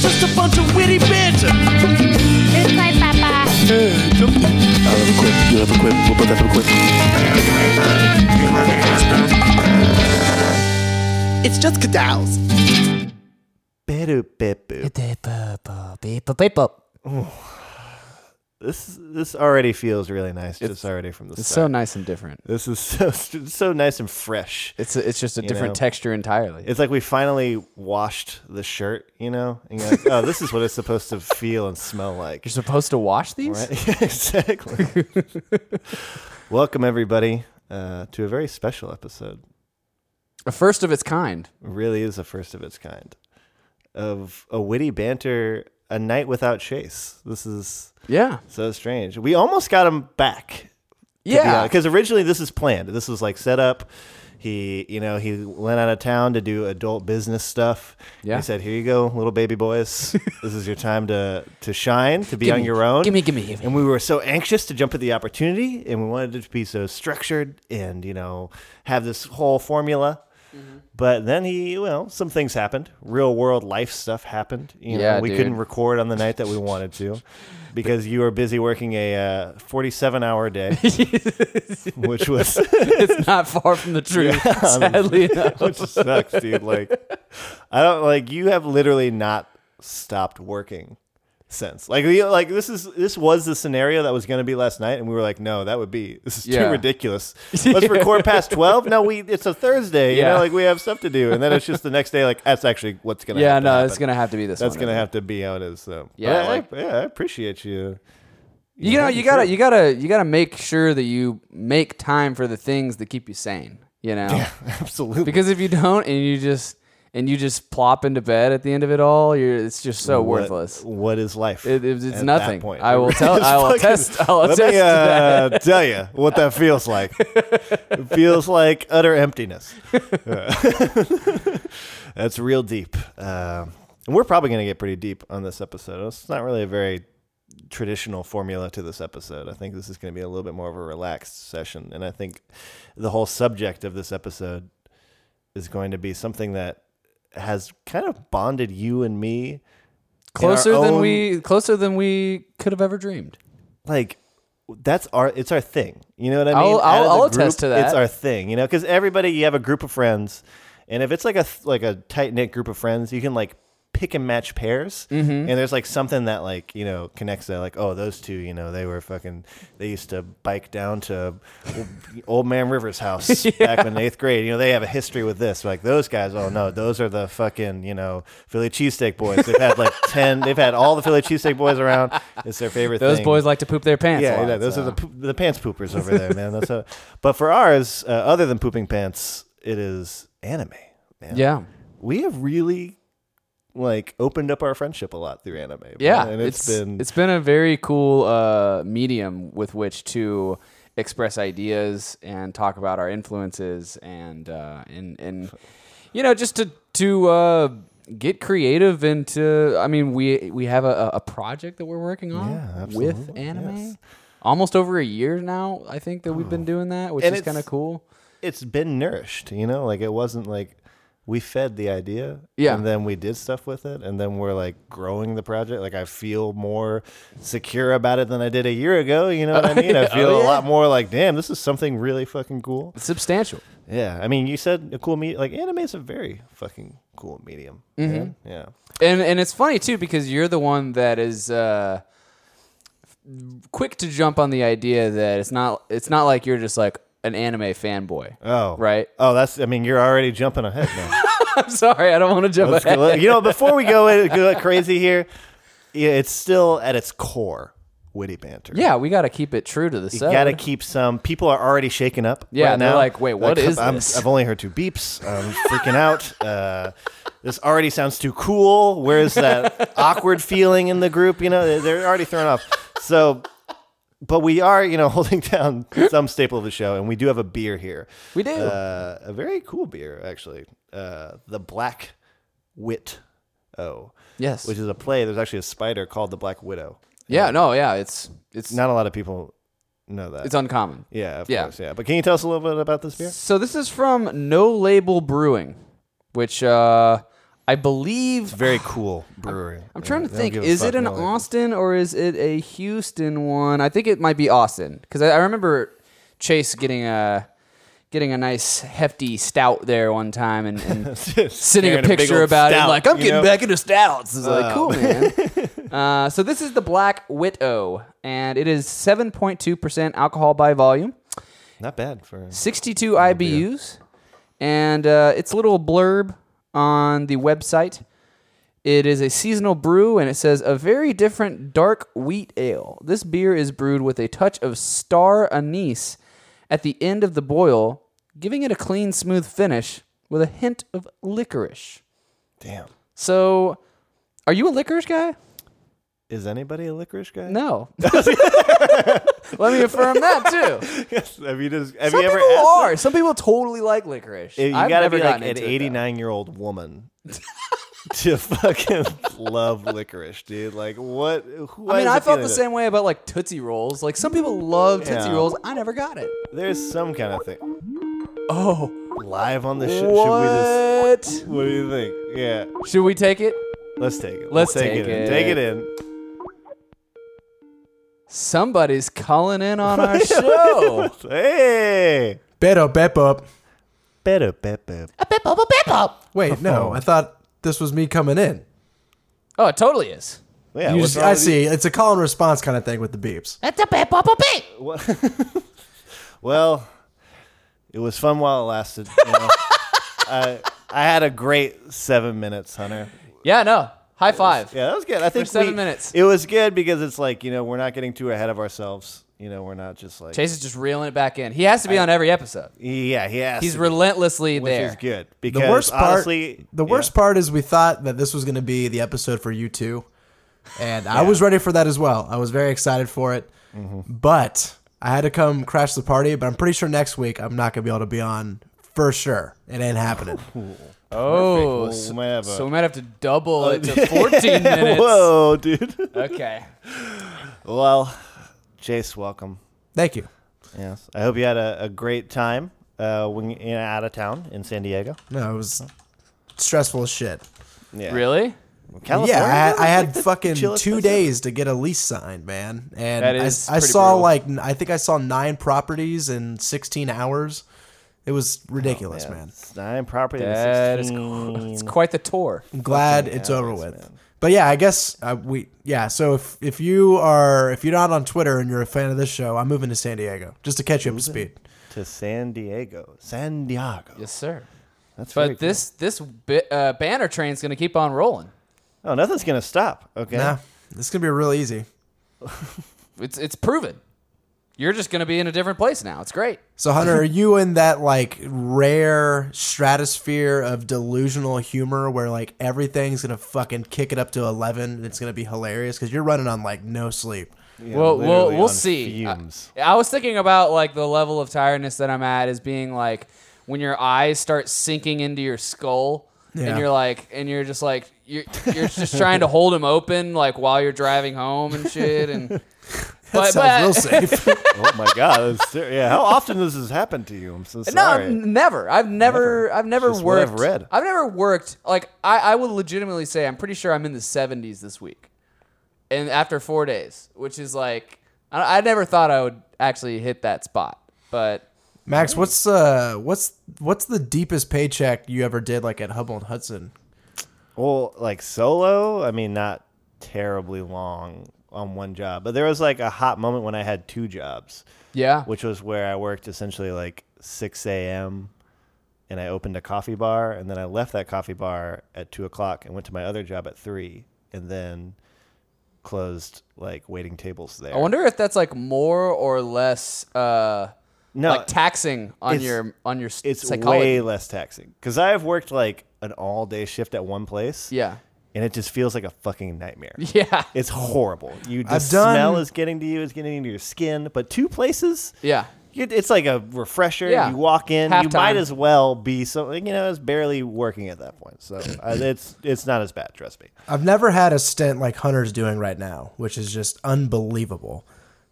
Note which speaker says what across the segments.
Speaker 1: just a bunch of witty banter.
Speaker 2: It's my papa.
Speaker 1: I have a quip. You have a quip. We'll both have a quip. It's just cadals. Better, better.
Speaker 3: This this already feels really nice. just already from the
Speaker 4: It's so
Speaker 3: start.
Speaker 4: nice and different.
Speaker 3: this is so so nice and fresh.
Speaker 4: It's it's just a different
Speaker 3: know?
Speaker 4: texture entirely.
Speaker 3: It's like we finally washed the shirt, you know? And you're like, oh, this is what it's supposed to feel and smell like.
Speaker 4: You're supposed to wash these?
Speaker 3: Right? Yeah, exactly. Welcome, everybody, uh, to a very special episode.
Speaker 4: A first of its kind.
Speaker 3: It really is the first of its kind of a witty banter, a night without chase. This is
Speaker 4: Yeah.
Speaker 3: so strange. We almost got him back
Speaker 4: Yeah.
Speaker 3: because originally this is planned. This was like set up. He, you know, he went out of town to do adult business stuff.
Speaker 4: Yeah.
Speaker 3: He said, "Here you go, little baby boys. this is your time to to shine, to be on your own."
Speaker 4: Gimme, gimme, gimme.
Speaker 3: And we were so anxious to jump at the opportunity, and we wanted it to be so structured and you know have this whole formula.
Speaker 4: Mm-hmm.
Speaker 3: But then he, well, some things happened. Real world life stuff happened. You know,
Speaker 4: Yeah,
Speaker 3: we
Speaker 4: dude.
Speaker 3: couldn't record on the night that we wanted to because you were busy working a uh, 47 hour day, which was
Speaker 4: it's not far from the truth, sadly enough.
Speaker 3: which sucks, dude. Like, I don't like you have literally not stopped working since. Like, you like this is this was the scenario that was going to be last night, and we were like, no, that would be this is
Speaker 4: Yeah.
Speaker 3: too ridiculous. Let's record past twelve. No, we it's a Thursday, you
Speaker 4: Yeah.
Speaker 3: know, like we have stuff to do, and then it's just the next day. Like that's actually what's going to
Speaker 4: Yeah,
Speaker 3: have to
Speaker 4: no, it's
Speaker 3: happen.
Speaker 4: going to have to be this
Speaker 3: that's
Speaker 4: one.
Speaker 3: going to have to be how it is. So But
Speaker 4: Yeah,
Speaker 3: I,
Speaker 4: like-
Speaker 3: I, yeah, I appreciate you.
Speaker 4: You know, you got to you got to you got to make sure that you make time for the things that keep you sane, you know?
Speaker 3: Absolutely.
Speaker 4: Because if you don't and you just and you just plop into bed at the end of it all, you're it's just so
Speaker 3: What-
Speaker 4: worthless.
Speaker 3: What is life?
Speaker 4: It- it's- it's
Speaker 3: at that
Speaker 4: nothing.
Speaker 3: point?
Speaker 4: I will tell-
Speaker 3: It's
Speaker 4: I will
Speaker 3: fucking-
Speaker 4: attest- I will
Speaker 3: let
Speaker 4: attest
Speaker 3: me
Speaker 4: to
Speaker 3: uh, tell you what that feels like. it feels like utter emptiness. Uh, That's real deep. Um, and we're probably going to get pretty deep on this episode. It's not really a very traditional formula to this episode. I think this is going to be a little bit more of a relaxed session. And I think the whole subject of this episode is going to be something that has kind of bonded you and me in our
Speaker 4: Closer than
Speaker 3: own-
Speaker 4: we closer than we could have ever dreamed.
Speaker 3: like that's our it's our thing you know what i mean Out
Speaker 4: I'll-
Speaker 3: of
Speaker 4: I'll-
Speaker 3: the
Speaker 4: I'll attest to that.
Speaker 3: it's our thing you know because everybody you have a group of friends and if it's like a th- like a tight-knit group of friends you can like pick and match pairs
Speaker 4: Mm-hmm.
Speaker 3: and there's like something that like you know connects that like oh those two you know they were fucking they used to bike down to old man river's house back in eighth grade you know they have a history with this like those guys oh no those are the fucking you know philly cheesesteak boys they've had like 10 they've had all the philly cheesesteak boys around it's their favorite
Speaker 4: Those
Speaker 3: thing.
Speaker 4: boys like to poop their pants. a
Speaker 3: Yeah,
Speaker 4: lot,
Speaker 3: yeah, those
Speaker 4: so.
Speaker 3: are the poop, the pants poopers over there, man. That's a, but for ours, uh, other than pooping pants, it is anime. Man.
Speaker 4: yeah.
Speaker 3: we have really like opened up our friendship a lot through anime. man,
Speaker 4: Yeah,
Speaker 3: and
Speaker 4: it's
Speaker 3: been
Speaker 4: it's been a very cool uh, medium with which to express ideas and talk about our influences and uh, and and you know just to to uh, get creative and to I mean we we have a, a project that we're working on
Speaker 3: Yeah,
Speaker 4: with
Speaker 3: absolutely,
Speaker 4: anime.
Speaker 3: yes.
Speaker 4: Almost over a year now, I think that we've been doing that, which
Speaker 3: And
Speaker 4: is
Speaker 3: it's-
Speaker 4: kind of cool.
Speaker 3: it's been nourished. You know, like it wasn't like we fed the idea,
Speaker 4: Yeah.
Speaker 3: and then we did stuff with it, and then we're like growing the project. Like I feel more secure about it than I did a year ago. You know what I mean? I
Speaker 4: Oh,
Speaker 3: feel a lot more like, damn, this is something really fucking cool.
Speaker 4: It's substantial.
Speaker 3: Yeah, I mean, you said a cool medium. Like anime is a very fucking cool medium.
Speaker 4: Mm-hmm.
Speaker 3: man. Yeah,
Speaker 4: and and it's funny too because you're the one that is uh, quick to jump on the idea that it's not it's not like you're just like an anime fanboy.
Speaker 3: Oh,
Speaker 4: Right.
Speaker 3: Oh, that's. I mean, you're already jumping ahead now.
Speaker 4: I'm sorry, I don't want to jump.
Speaker 3: Let's
Speaker 4: ahead.
Speaker 3: go- you know, before we go in- go crazy here, yeah, it's still at its core witty banter.
Speaker 4: Yeah, we got to keep it true to the
Speaker 3: You
Speaker 4: sub.
Speaker 3: gotta keep some. People are already shaken up.
Speaker 4: Yeah,
Speaker 3: right
Speaker 4: they're
Speaker 3: now.
Speaker 4: like, wait, what is
Speaker 3: I'm,
Speaker 4: this?
Speaker 3: I've only heard two beeps. I'm freaking out. Uh, this already sounds too cool. Where's that awkward feeling in the group? You know, they're- they're already thrown off. So, but we are, you know, holding down some staple of the show, and we do have a beer here.
Speaker 4: We do.
Speaker 3: uh, a very cool beer actually. Uh, the Black Wit. Oh,
Speaker 4: yes.
Speaker 3: which is a play. There's actually a spider called the Black Widow.
Speaker 4: yeah. No. Yeah. It's it's
Speaker 3: Not a lot of people know that.
Speaker 4: it's uncommon.
Speaker 3: Yeah, of
Speaker 4: Yeah.
Speaker 3: course. Yeah, but can you tell us a little bit about this beer?
Speaker 4: So this is from No Label Brewing, which uh, I believe
Speaker 3: Very cool brewery.
Speaker 4: I'm trying to
Speaker 3: They don't
Speaker 4: think.
Speaker 3: give a
Speaker 4: Is
Speaker 3: fuck,
Speaker 4: it an
Speaker 3: no, like-
Speaker 4: Austin or is it a Houston one? I think it might be Austin because I, I remember Chase getting a getting a nice hefty stout there one time and, and sending a
Speaker 3: Carrying a big
Speaker 4: picture
Speaker 3: old
Speaker 4: about it.
Speaker 3: stout,
Speaker 4: Like I'm
Speaker 3: you
Speaker 4: getting
Speaker 3: know? Oh,
Speaker 4: back into stouts. It's like cool, man. uh, so this is the Black Widow, and it is 7.2 percent alcohol by volume.
Speaker 3: Not bad for.
Speaker 4: 62 IBUs, and uh, its a little blurb on the website. It is a seasonal brew, and it says a very different dark wheat ale. This beer is brewed with a touch of star anise at the end of the boil, giving it a clean, smooth finish with a hint of licorice.
Speaker 3: Damn.
Speaker 4: So, are you a licorice guy?
Speaker 3: Is anybody a licorice guy?
Speaker 4: No. Let me affirm that too.
Speaker 3: Yes. Have you just? Have
Speaker 4: Some
Speaker 3: you ever?
Speaker 4: people
Speaker 3: asked
Speaker 4: are. Some people totally like licorice.
Speaker 3: If you
Speaker 4: I've
Speaker 3: gotta
Speaker 4: never
Speaker 3: be like
Speaker 4: gotten
Speaker 3: an
Speaker 4: into it, though.
Speaker 3: 89 year old woman to fucking love licorice, dude. Like what? Who,
Speaker 4: I mean, I felt the
Speaker 3: same.
Speaker 4: same way about like Tootsie Rolls. Like some people love Tootsie
Speaker 3: Yeah.
Speaker 4: Rolls. I never got it.
Speaker 3: There's some kind of thing.
Speaker 4: Oh,
Speaker 3: Live on the show. Should we just?
Speaker 4: what?
Speaker 3: What do you think? Yeah,
Speaker 4: Should we take it?
Speaker 3: let's take it.
Speaker 4: Let's
Speaker 3: take,
Speaker 4: take
Speaker 3: it.
Speaker 4: it.
Speaker 3: In. Take it in.
Speaker 4: Somebody's calling in on our show.
Speaker 3: Hey,
Speaker 5: Beto Bep up.
Speaker 3: better, better.
Speaker 5: Wait, no, I thought this was me coming in.
Speaker 4: Oh, it totally is.
Speaker 3: Yeah,
Speaker 5: You
Speaker 3: what's
Speaker 5: just-
Speaker 3: wrong
Speaker 5: I
Speaker 3: with you?
Speaker 5: see. It's a call and response kind of thing with the beeps.
Speaker 3: Well, it was fun while it lasted. You know? I I had a great seven minutes, Hunter.
Speaker 4: Yeah, no. High five.
Speaker 3: Yeah, that was good. I think
Speaker 4: seven
Speaker 3: we-
Speaker 4: minutes.
Speaker 3: It was good because it's like you know we're not getting too ahead of ourselves. You know we're not just like
Speaker 4: Chase is just reeling it back in. He has to be on every episode.
Speaker 3: yeah he has
Speaker 4: He's
Speaker 3: to be,
Speaker 4: relentlessly
Speaker 3: which
Speaker 4: there.
Speaker 3: is good because
Speaker 5: The worst part.
Speaker 3: honestly
Speaker 5: the
Speaker 3: yeah.
Speaker 5: worst part is we thought that this was going to be the episode for you two, and I was ready for that as well. I was very excited for it,
Speaker 3: Mm-hmm.
Speaker 5: but I had to come crash the party. But I'm pretty sure next week I'm not going to be able to be on for sure. It ain't happening.
Speaker 4: Oh,
Speaker 3: Well,
Speaker 4: so,
Speaker 3: we might have a-
Speaker 4: so we might have to double it to 14 minutes.
Speaker 3: Whoa, dude.
Speaker 4: Okay.
Speaker 3: well, Chase, welcome.
Speaker 5: Thank you.
Speaker 3: Yes, I hope you had a, a great time uh, when you- you're out of town in San Diego.
Speaker 5: No, it was stressful as shit.
Speaker 3: Yeah,
Speaker 4: Really?
Speaker 3: California.
Speaker 5: yeah, I had, I had
Speaker 3: Like the
Speaker 5: fucking
Speaker 3: chillest
Speaker 5: two
Speaker 3: place
Speaker 5: days to get a lease signed, man. And
Speaker 4: That
Speaker 5: I-
Speaker 4: is
Speaker 5: I,
Speaker 4: pretty
Speaker 5: saw
Speaker 4: brutal.
Speaker 5: like n- I think I saw nine properties in 16 hours. It was ridiculous,
Speaker 3: ever.
Speaker 5: man.
Speaker 3: It's Nine property.
Speaker 4: That is
Speaker 3: cool.
Speaker 4: It's quite the tour.
Speaker 5: I'm glad it's over with. But yeah, I guess uh, we yeah. So if if you are if you're not on Twitter and you're a fan of this show, I'm moving to San Diego just to catch you up to speed.
Speaker 3: to San Diego. San Diego.
Speaker 4: Yes, sir.
Speaker 3: That's very
Speaker 4: But this this bi- uh, banner train's going to keep on rolling.
Speaker 3: cool. Oh, nothing's gonna stop. Okay.
Speaker 5: Nah, it's gonna be real easy.
Speaker 4: It's it's proven. You're just going to be in a different place now. It's great.
Speaker 5: So Hunter, are you in that like rare stratosphere of delusional humor where like everything's gonna fucking kick it up to eleven and it's gonna be hilarious because you're running on like no sleep.
Speaker 3: Yeah,
Speaker 4: well, we'll
Speaker 3: literally
Speaker 4: we'll
Speaker 3: on
Speaker 4: see. Uh, I,
Speaker 3: Fumes.
Speaker 4: I was thinking about like the level of tiredness that I'm at is being like when your eyes start sinking into your skull
Speaker 5: Yeah.
Speaker 4: and you're like and you're just like you're you're just trying to hold them open like while you're driving home and shit and but,
Speaker 5: That sounds real safe.
Speaker 3: oh my God. that's ser- yeah. How often does this happen to you? I'm so
Speaker 4: No,
Speaker 3: sorry.
Speaker 4: I've never. I've never. I've never
Speaker 3: Just what
Speaker 4: worked.
Speaker 3: I've read.
Speaker 4: I've never worked. Like I, I would legitimately say I'm pretty sure I'm in the 70s this week, and after four days, which is like I, I never thought I would actually hit that spot. But
Speaker 5: Max, what's uh what's what's the deepest paycheck you ever did like at Hubble and Hudson?
Speaker 3: Well, like solo, I mean, not terribly long on one job, but there was like a hot moment when I had two jobs,
Speaker 4: yeah,
Speaker 3: which was where I worked essentially like 6 a.m. and I opened a coffee bar, and then I left that coffee bar at two o'clock and went to my other job at three, and then closed like waiting tables there.
Speaker 4: I wonder if that's like more or less. Uh,
Speaker 3: No,
Speaker 4: like taxing on
Speaker 3: it's-
Speaker 4: your on your s-
Speaker 3: it's
Speaker 4: psychology.
Speaker 3: way less taxing because I've worked like an all day shift at one place,
Speaker 4: yeah,
Speaker 3: and it just feels like a fucking nightmare.
Speaker 4: yeah,
Speaker 3: It's horrible. You the
Speaker 5: I've done-
Speaker 3: smell is getting to you. It's getting into your skin. But two places,
Speaker 4: yeah.
Speaker 3: you- it's like a refresher.
Speaker 4: Yeah.
Speaker 3: You walk in, you
Speaker 4: Halftime.
Speaker 3: might as well be something. You know, it's barely working at that point. So uh, it's it's not as bad. Trust me.
Speaker 5: I've never had a stint like Hunter's doing right now, which is just unbelievable.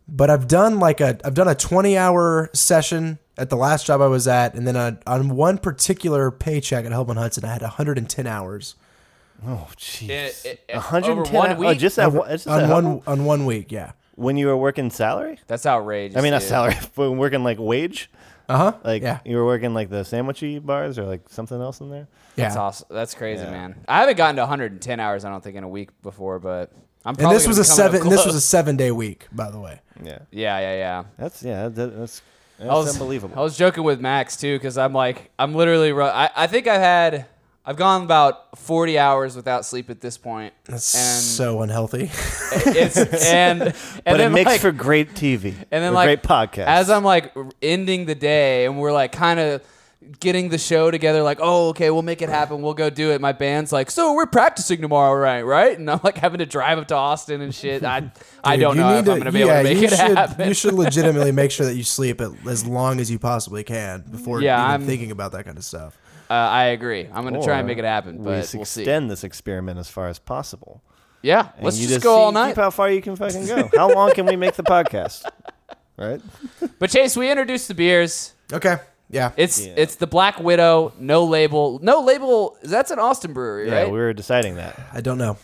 Speaker 5: But I've done like a I've done a 20 hour session at the last job I was at, and then on on one particular paycheck at Hellman Hudson, I had 110 hours
Speaker 3: Oh, jeez.
Speaker 4: It- it- it-
Speaker 3: 110
Speaker 4: over one
Speaker 3: hours- oh,
Speaker 4: week?
Speaker 3: just that one, just
Speaker 5: on
Speaker 3: that
Speaker 5: one on one week. Yeah.
Speaker 3: when you were working salary?
Speaker 4: That's outrageous.
Speaker 3: I mean, not
Speaker 4: dude.
Speaker 3: salary, but working like wage.
Speaker 5: Uh huh.
Speaker 3: Like
Speaker 5: yeah.
Speaker 3: you were working like the sandwichy bars or like something else in there.
Speaker 4: That's
Speaker 5: Yeah.
Speaker 4: awesome. That's crazy, man. I haven't gotten to 110 hours. I don't think in a week before, but I'm.
Speaker 5: And
Speaker 4: Probably
Speaker 5: this was a
Speaker 4: gonna be coming up
Speaker 5: seven. and This was a
Speaker 4: close.
Speaker 5: seven day week, by the way.
Speaker 3: Yeah,
Speaker 4: Yeah, yeah, yeah.
Speaker 3: that's yeah, that, that's that's
Speaker 4: I was
Speaker 3: unbelievable.
Speaker 4: I was joking with Max too because I'm like I'm literally. Ru- I I think I've had I've gone about 40 hours without sleep at this point.
Speaker 5: That's
Speaker 4: and
Speaker 5: so unhealthy.
Speaker 4: it's and, and
Speaker 3: but it
Speaker 4: then,
Speaker 3: makes
Speaker 4: like-
Speaker 3: for great TV
Speaker 4: and then
Speaker 3: or
Speaker 4: like
Speaker 3: great podcast.
Speaker 4: As I'm like r- ending the day and we're like kind of getting the show together, like, oh, okay, we'll make it happen. We'll go do it. My band's like, so we're practicing tomorrow, right? Right? And I'm like having to drive up to Austin and shit. I I
Speaker 5: Dude,
Speaker 4: don't
Speaker 5: you
Speaker 4: know
Speaker 5: need
Speaker 4: if I'm gonna be able
Speaker 5: yeah,
Speaker 4: to make
Speaker 5: you
Speaker 4: it
Speaker 5: should,
Speaker 4: happen.
Speaker 5: You should legitimately make sure that you sleep at, as long as you possibly can before
Speaker 4: Yeah,
Speaker 5: even
Speaker 4: I'm-
Speaker 5: thinking about that kind of stuff.
Speaker 4: Uh, I agree. I'm gonna try and
Speaker 3: Or
Speaker 4: make it happen,
Speaker 3: we
Speaker 4: but
Speaker 3: just
Speaker 4: we'll see.
Speaker 3: extend this experiment as far as possible.
Speaker 4: Yeah,
Speaker 3: And
Speaker 4: let's
Speaker 3: you
Speaker 4: just, go all
Speaker 3: see-
Speaker 4: night.
Speaker 3: Keep how far you can fucking go. How long can we make the podcast? Right?
Speaker 4: But Chase, we introduced the beers.
Speaker 5: Okay. Yeah.
Speaker 4: It's
Speaker 3: Yeah.
Speaker 4: it's the Black Widow, no label, no label. That's an Austin brewery,
Speaker 3: Yeah,
Speaker 4: right?
Speaker 3: we were deciding that.
Speaker 5: I don't know.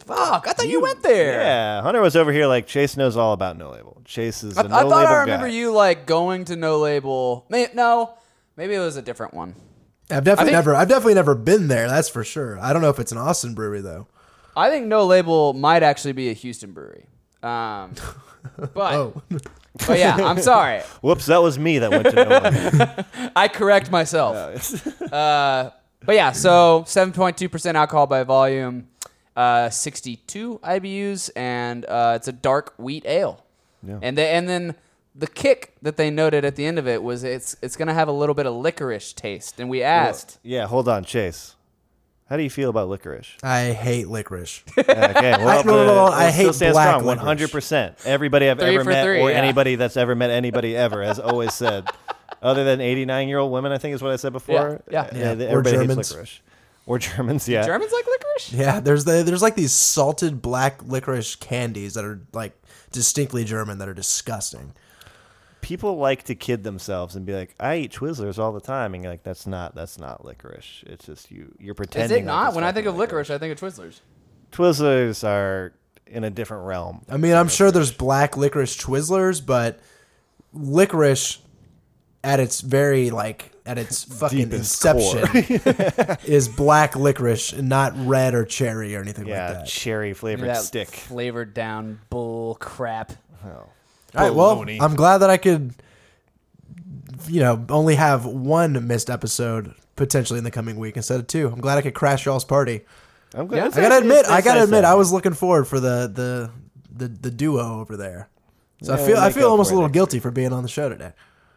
Speaker 4: Fuck, I thought you, went there.
Speaker 3: Yeah, Hunter was over here like Chase knows all about No Label. Chase is a
Speaker 4: I,
Speaker 3: No
Speaker 4: I
Speaker 3: Label
Speaker 4: thought I remember
Speaker 3: guy.
Speaker 4: you like going to No Label. May, no, maybe it was a different one.
Speaker 5: I've definitely
Speaker 4: think-
Speaker 5: never. I've definitely never been there. That's for sure. I don't know if it's an Austin brewery though.
Speaker 4: I think No Label might actually be a Houston brewery. Um, but,
Speaker 5: Oh.
Speaker 4: but yeah, I'm sorry.
Speaker 3: Whoops, that was me that went to No Label.
Speaker 4: I correct myself. uh, but yeah, so 7.2% alcohol by volume, uh, 62 IBUs, and uh, it's a dark wheat ale.
Speaker 3: Yeah.
Speaker 4: And they, and then the kick that they noted at the end of it was it's it's gonna have a little bit of licorice taste, and we asked.
Speaker 3: yeah, hold on, Chase. How do you feel about licorice? Uh,
Speaker 5: I hate licorice.
Speaker 3: Okay, well,
Speaker 5: no, no, no,
Speaker 3: uh,
Speaker 5: I
Speaker 3: let's still
Speaker 5: hate
Speaker 3: stand
Speaker 5: black
Speaker 3: strong. One
Speaker 5: licorice.
Speaker 3: hundred percent. Everybody I've
Speaker 4: Three
Speaker 3: ever
Speaker 4: for
Speaker 3: met,
Speaker 4: three,
Speaker 3: or
Speaker 4: yeah.
Speaker 3: anybody that's ever met anybody ever, has always said, other than eighty-nine-year-old women, I think is what I said before.
Speaker 4: Yeah, yeah.
Speaker 3: uh,
Speaker 5: Yeah,
Speaker 3: they-
Speaker 5: or
Speaker 3: Everybody
Speaker 5: Germans.
Speaker 3: hates licorice, or Germans. Yeah,
Speaker 4: Germans like licorice.
Speaker 5: Yeah, there's the there's like these salted black licorice candies that are like distinctly German that are disgusting.
Speaker 3: people like to kid themselves and be like, "I eat Twizzlers all the time," and you're like, "That's not. That's not licorice. It's just you. You're
Speaker 4: Is
Speaker 3: pretending."
Speaker 4: it
Speaker 3: like
Speaker 4: not?
Speaker 3: it's
Speaker 4: When I
Speaker 3: fucking
Speaker 4: think of licorice, I think of Twizzlers.
Speaker 3: Twizzlers are in a different realm.
Speaker 5: I mean, I'm sure there's black licorice Twizzlers, but licorice at its very like at its fucking
Speaker 3: Deepest
Speaker 5: inception is black licorice and not red or cherry or anything
Speaker 3: Yeah,
Speaker 5: like that.
Speaker 3: cherry flavored
Speaker 4: That
Speaker 3: stick.
Speaker 4: flavored down bull crap.
Speaker 5: All right, well, I'm glad that I could you know, only have one missed episode potentially in the coming week instead of two. I'm glad I could crash y'all's party.
Speaker 3: I'm glad.
Speaker 4: Yeah.
Speaker 3: that's
Speaker 5: I gotta
Speaker 3: actually-
Speaker 5: admit,
Speaker 3: that's
Speaker 5: I gotta
Speaker 3: nice
Speaker 5: admit,
Speaker 3: though.
Speaker 5: I was looking forward for the the the, the duo over there. So I
Speaker 3: Yeah,
Speaker 5: feel
Speaker 3: we'll
Speaker 5: I
Speaker 3: make
Speaker 5: feel
Speaker 3: up
Speaker 5: almost
Speaker 3: for
Speaker 5: a
Speaker 3: it
Speaker 5: little
Speaker 3: next
Speaker 5: guilty for being on the show today.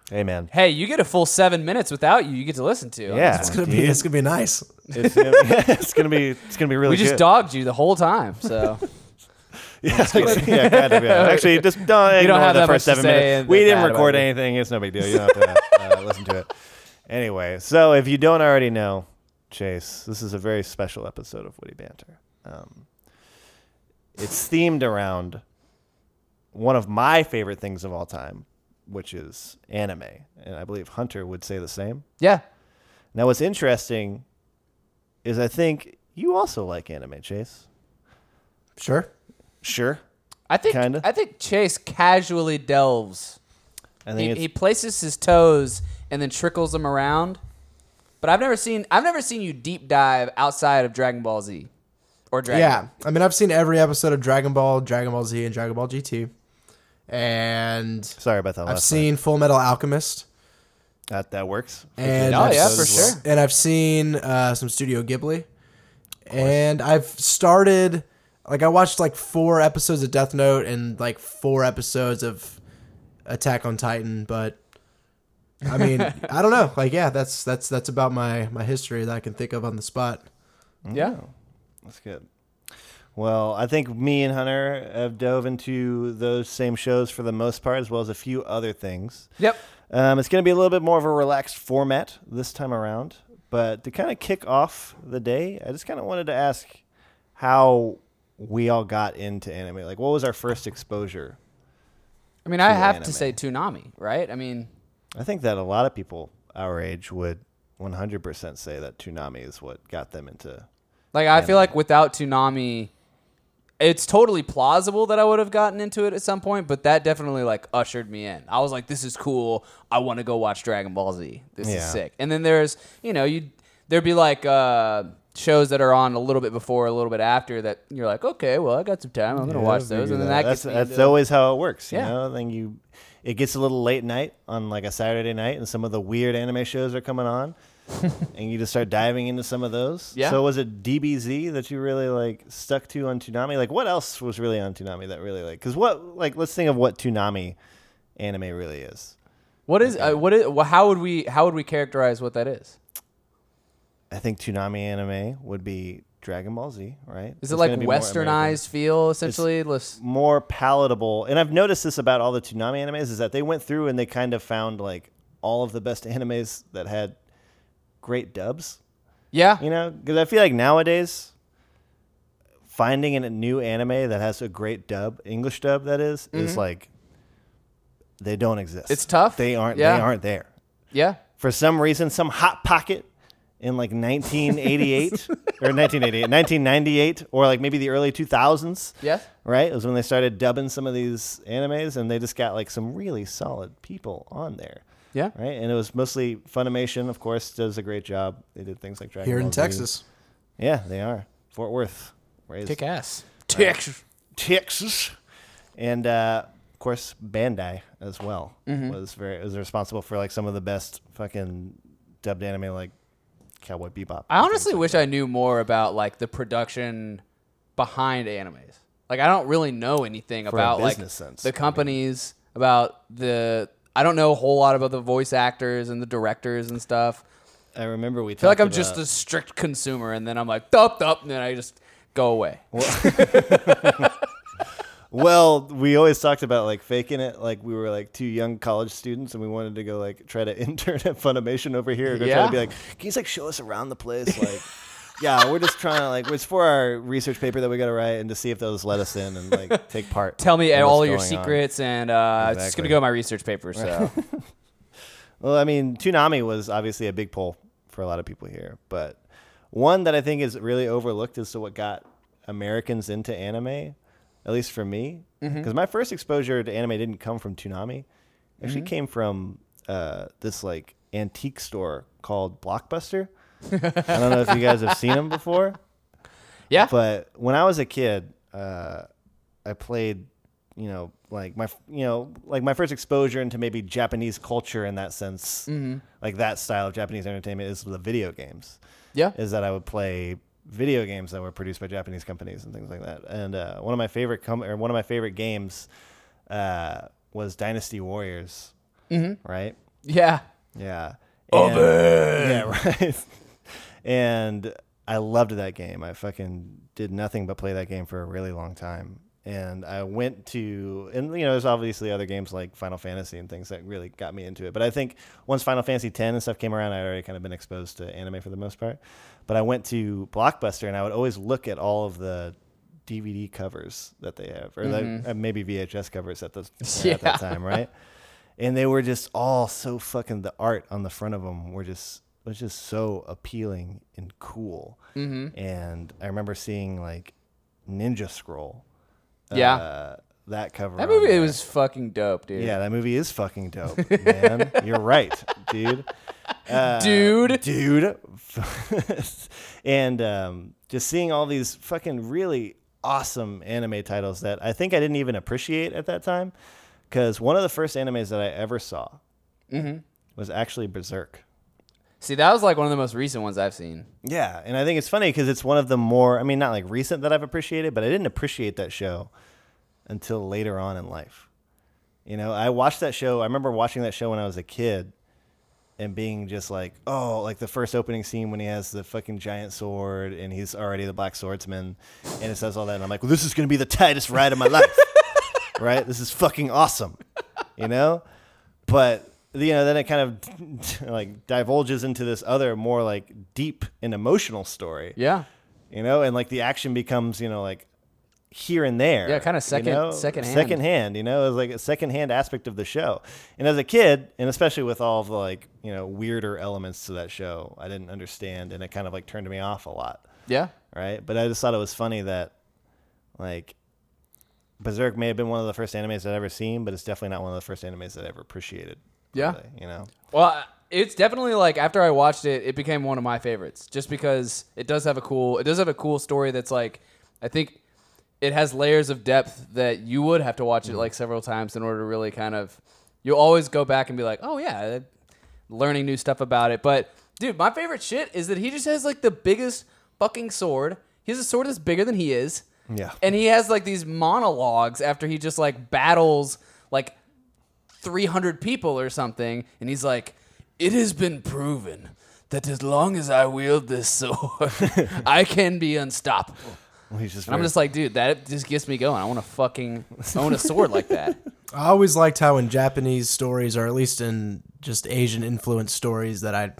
Speaker 3: Hey man.
Speaker 4: Hey, you get a full seven minutes without you. You get to listen to.
Speaker 3: Yeah,
Speaker 5: It's gonna be
Speaker 3: dude.
Speaker 5: it's gonna be nice.
Speaker 3: It's gonna, be, it's gonna be it's gonna be really
Speaker 4: we just
Speaker 3: good.
Speaker 4: dogged you the whole time. So
Speaker 3: yeah, yeah, kind of, yeah. Actually, just don't ignore
Speaker 4: have
Speaker 3: the
Speaker 4: that
Speaker 3: first
Speaker 4: much to
Speaker 3: seven
Speaker 4: say
Speaker 3: minutes.
Speaker 4: and
Speaker 3: We
Speaker 4: that
Speaker 3: didn't
Speaker 4: bad about
Speaker 3: record
Speaker 4: it.
Speaker 3: anything. It's no big deal. You don't have to uh, listen to it. Anyway, so if you don't already know, Chase, this is a very special episode of Woody Banter. Um, it's themed around one of my favorite things of all time, which is anime, and I believe Hunter would say the same.
Speaker 4: yeah,
Speaker 3: Now, what's interesting is I think you also like anime, Chase.
Speaker 5: Sure.
Speaker 3: Sure.
Speaker 4: I think
Speaker 3: Kinda.
Speaker 4: I think Chase casually delves.
Speaker 3: I think
Speaker 4: He,
Speaker 3: it's
Speaker 4: he places his toes and then trickles them around. But I've never seen I've never seen you deep dive outside of Dragon Ball Z or Dragon.
Speaker 5: Yeah. I mean I've seen every episode of Dragon Ball, Dragon Ball Z, and Dragon Ball GT. And
Speaker 3: Sorry about that.
Speaker 5: I've
Speaker 3: last
Speaker 5: seen Full Metal Alchemist.
Speaker 3: line. that. That works.
Speaker 5: And uh,
Speaker 4: Oh,
Speaker 5: I've
Speaker 4: yeah,
Speaker 5: s-
Speaker 4: for sure.
Speaker 5: And I've seen uh, some Studio Ghibli, and I've started like I watched like four episodes of Death Note and like four episodes of Attack on Titan, but. I mean, I don't know. Like, yeah, that's that's that's about my my history that I can think of on the spot.
Speaker 4: Yeah.
Speaker 3: Mm. That's good. Well, I think me and Hunter have dove into those same shows for the most part, as well as a few other things.
Speaker 4: Yep.
Speaker 3: Um, it's going to be a little bit more of a relaxed format this time around. But to kind of kick off the day, I just kind of wanted to ask how we all got into anime. Like, what was our first exposure?
Speaker 4: I mean, I
Speaker 3: To
Speaker 4: have
Speaker 3: anime.
Speaker 4: to say Toonami, right? I mean,
Speaker 3: I think that a lot of people our age would 100% say that Toonami is what got them into
Speaker 4: Like I feel like without Toonami, it's totally plausible that I would have gotten into it at some point, but that definitely like ushered me in. I was like, this is cool. I want to go watch Dragon Ball Z. This
Speaker 3: Yeah.
Speaker 4: is sick. And then there's you know you there'd be like uh, shows that are on a little bit before, a little bit after that you're like, okay, well I got some time, I'm gonna watch those, and then that
Speaker 3: that's
Speaker 4: gets me
Speaker 3: that's
Speaker 4: into-
Speaker 3: always how it works. You
Speaker 4: Yeah.
Speaker 3: know, then you it gets a little late night on like a Saturday night, and some of the weird anime shows are coming on, and you just start diving into some of those.
Speaker 4: Yeah.
Speaker 3: So was it DBZ that you really like stuck to on Toonami? Like, what else was really on Toonami that really like? Because what like let's think of what Toonami anime really is.
Speaker 4: what is uh, what is well, how would we how would we characterize what that is?
Speaker 3: I think Toonami anime would be Dragon Ball Z, right?
Speaker 4: Is
Speaker 3: It's
Speaker 4: it like
Speaker 3: gonna be more American.
Speaker 4: westernized feel essentially? Let's
Speaker 3: more palatable. And I've noticed this about all the Toonami animes is that they went through and they kind of found like all of the best animes that had great dubs.
Speaker 4: yeah
Speaker 3: You know, because I feel like nowadays finding a new anime that has a great dub, English dub that is, is like they don't exist.
Speaker 4: Mm-hmm. It's tough.
Speaker 3: They aren't. They
Speaker 4: Yeah.
Speaker 3: aren't there
Speaker 4: yeah
Speaker 3: for some reason, some hot pocket in like 1988 or 1988, 1998, or like maybe the early 2000s.
Speaker 4: Yes.
Speaker 3: Right? It was when they started dubbing some of these animes and they just got like some really solid people on there.
Speaker 4: yeah
Speaker 3: Right? And it was mostly Funimation, of course, does a great job. They did things like Dragon
Speaker 5: Here in
Speaker 3: Ball Z.
Speaker 5: Texas.
Speaker 3: Yeah, they are. Fort Worth. Raised
Speaker 4: ass. Texas.
Speaker 3: Texas, and uh, of course Bandai as well
Speaker 4: Mm-hmm.
Speaker 3: was very was responsible for like some of the best fucking dubbed anime like Cowboy Bebop.
Speaker 4: I honestly wish I knew more about like the production behind animes. Like I don't really know anything
Speaker 3: a
Speaker 4: about like
Speaker 3: business sense, I
Speaker 4: the
Speaker 3: mean.
Speaker 4: companies, about the I don't know a whole lot about the voice actors and the directors and stuff.
Speaker 3: I remember we
Speaker 4: I feel like I'm
Speaker 3: talked
Speaker 4: just
Speaker 3: about-
Speaker 4: a strict consumer and then I'm like thup thup and then I just go away.
Speaker 3: well. We always talked about like faking it. Like we were like two young college students, and we wanted to go like try to intern at Funimation over here. Go try
Speaker 4: Yeah.
Speaker 3: to be like, can you just, like show us around the place? Like, yeah, we're just trying to like it's for our research paper that we got to write, and to see if those let us in and like take part.
Speaker 4: Tell me
Speaker 3: in
Speaker 4: all
Speaker 3: what's
Speaker 4: your
Speaker 3: going on.
Speaker 4: secrets and uh it's just
Speaker 3: Exactly.
Speaker 4: gonna go in my research paper, so
Speaker 3: Well, I mean, Toonami was obviously a big pull for a lot of people here, but one that I think is really overlooked as to what got Americans into anime, at least for me, because my first exposure to anime didn't come from Toonami. It actually came from uh, this like antique store called Blockbuster. I don't know if you guys have seen them before.
Speaker 4: Yeah.
Speaker 3: But when I was a kid, uh, I played, you know, like my, you know, like my first exposure into maybe Japanese culture in that sense, like that style of Japanese entertainment is the video games.
Speaker 4: Yeah.
Speaker 3: Is that I would play video games that were produced by Japanese companies and things like that. And uh, one of my favorite com- or one of my favorite games uh, was Dynasty Warriors. Mm-hmm. Right.
Speaker 4: Yeah.
Speaker 3: Yeah. And, yeah, right. and I loved that game. I fucking did nothing but play that game for a really long time. And I went to, and you know, there's obviously other games like Final Fantasy and things that really got me into it. But I think once Final Fantasy X and stuff came around, I'd already kind of been exposed to anime for the most part. But I went to Blockbuster and I would always look at all of the DVD covers that they have, or the, uh, maybe VHS covers at, the, at
Speaker 4: Yeah.
Speaker 3: that time, right? and they were just all so fucking the art on the front of them were just was just so appealing and cool mm-hmm. and i remember seeing like ninja scroll
Speaker 4: Yeah.
Speaker 3: uh, that cover
Speaker 4: that
Speaker 3: on
Speaker 4: movie
Speaker 3: there.
Speaker 4: was fucking dope, dude.
Speaker 3: yeah that movie is fucking dope man you're right dude
Speaker 4: Dude.
Speaker 3: dude and um, just seeing all these fucking really awesome anime titles that i think i didn't even appreciate at that time because one of the first animes that i ever saw was actually berserk
Speaker 4: See, that was like one of the most recent ones I've seen.
Speaker 3: yeah and i think it's funny because it's one of the more i mean not like recent that i've appreciated but i didn't appreciate that show until later on in life you know i watched that show i remember watching that show when i was a kid and being just like, oh, like the first opening scene when he has the fucking giant sword and he's already the black swordsman and it says all that. And I'm like, well, this is going to be the tightest ride of my life. right? This is fucking awesome. You know? But, you know, then it kind of like divulges into this other more like deep and emotional story.
Speaker 4: Yeah.
Speaker 3: You know? And like the action becomes, you know, like here and there.
Speaker 4: Yeah, kinda
Speaker 3: you
Speaker 4: second-
Speaker 3: know?
Speaker 4: secondhand.
Speaker 3: Second hand, you know, it was like a secondhand aspect of the show. And as a kid, and especially with all of the like, you know, weirder elements to that show, I didn't understand and it kind of like turned me off a lot.
Speaker 4: Yeah.
Speaker 3: right? But I just thought it was funny that like Berserk may have been one of the first animes I'd ever seen, but it's definitely not one of the first animes that I ever appreciated.
Speaker 4: Yeah.
Speaker 3: really, you know.
Speaker 4: Well, it's definitely like after I watched it, it became one of my favorites just because it does have a cool it does have a cool story that's like I think it has layers of depth that you would have to watch it like several times in order to really kind of you always go back and be like, "Oh yeah, that- learning new stuff about it." But dude, my favorite shit is that he just has like the biggest fucking sword. He has a sword that's bigger than he is.
Speaker 3: Yeah.
Speaker 4: And he has like these monologues after he just like battles like 300 people or something and he's like it has been proven that as long as i wield this sword i can be unstoppable
Speaker 3: Well, he's just
Speaker 4: and i'm
Speaker 3: very-
Speaker 4: just like dude that just gets me going i want to fucking own a sword like that
Speaker 5: I always liked how in Japanese stories, or at least in just Asian influenced stories, that I,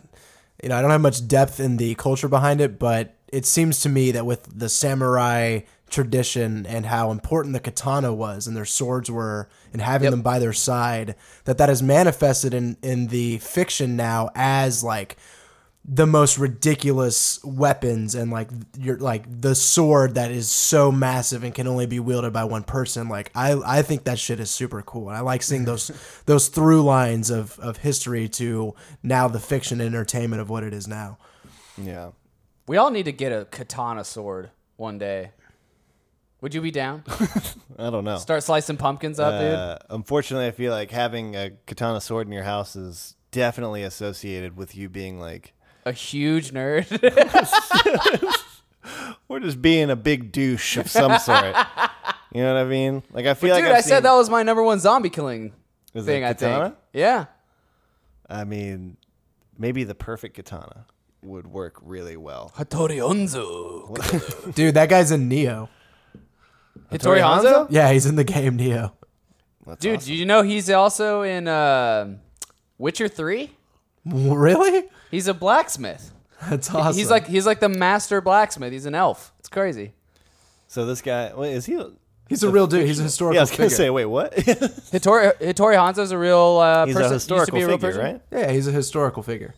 Speaker 5: you know, I don't have much depth in the culture behind it, but it seems to me that with the samurai tradition and how important the katana was and their swords were and having them by their side, that that is manifested in in the fiction now as like the most ridiculous weapons and like you're like the sword that is so massive and can only be wielded by one person like i i think that shit is super cool and i like seeing those those through lines of of history to now the fiction and entertainment of what it is now
Speaker 3: yeah.
Speaker 4: we all need to get a katana sword one day would you be down
Speaker 3: I don't know.
Speaker 4: start slicing pumpkins up dude
Speaker 3: Uh, unfortunately, I feel like having a katana sword in your house is definitely associated with you being like,
Speaker 4: a huge nerd
Speaker 3: or just being a big douche of some sort. You know what I mean? Like I feel
Speaker 4: dude
Speaker 3: like
Speaker 4: i
Speaker 3: I've
Speaker 4: said
Speaker 3: seen-
Speaker 4: that was my number one zombie killing
Speaker 3: Is it
Speaker 4: thing i think
Speaker 3: katana?
Speaker 4: yeah
Speaker 3: I mean, maybe the perfect katana would work really well.
Speaker 4: Hattori Hanzo.
Speaker 5: dude that guy's in neo
Speaker 4: Hattori Hanzo?
Speaker 5: yeah he's in the game neo
Speaker 3: That's
Speaker 4: Dude,
Speaker 3: awesome.
Speaker 4: do you know he's also in uh, Witcher Three?
Speaker 5: really
Speaker 4: He's a blacksmith.
Speaker 5: that's awesome
Speaker 4: He's like he's like the master blacksmith. He's an elf. It's crazy.
Speaker 3: so this guy, wait, is he?
Speaker 5: he's a real dude he's a
Speaker 3: Yeah, I
Speaker 5: historical
Speaker 3: was gonna
Speaker 5: figure
Speaker 3: say, wait, what? he's
Speaker 4: Hittori, Hittori Hanzo's a real uh,
Speaker 3: a
Speaker 4: person. used to
Speaker 3: historical
Speaker 4: be a real
Speaker 3: figure,
Speaker 4: person?
Speaker 3: right?
Speaker 5: yeah he's a historical figure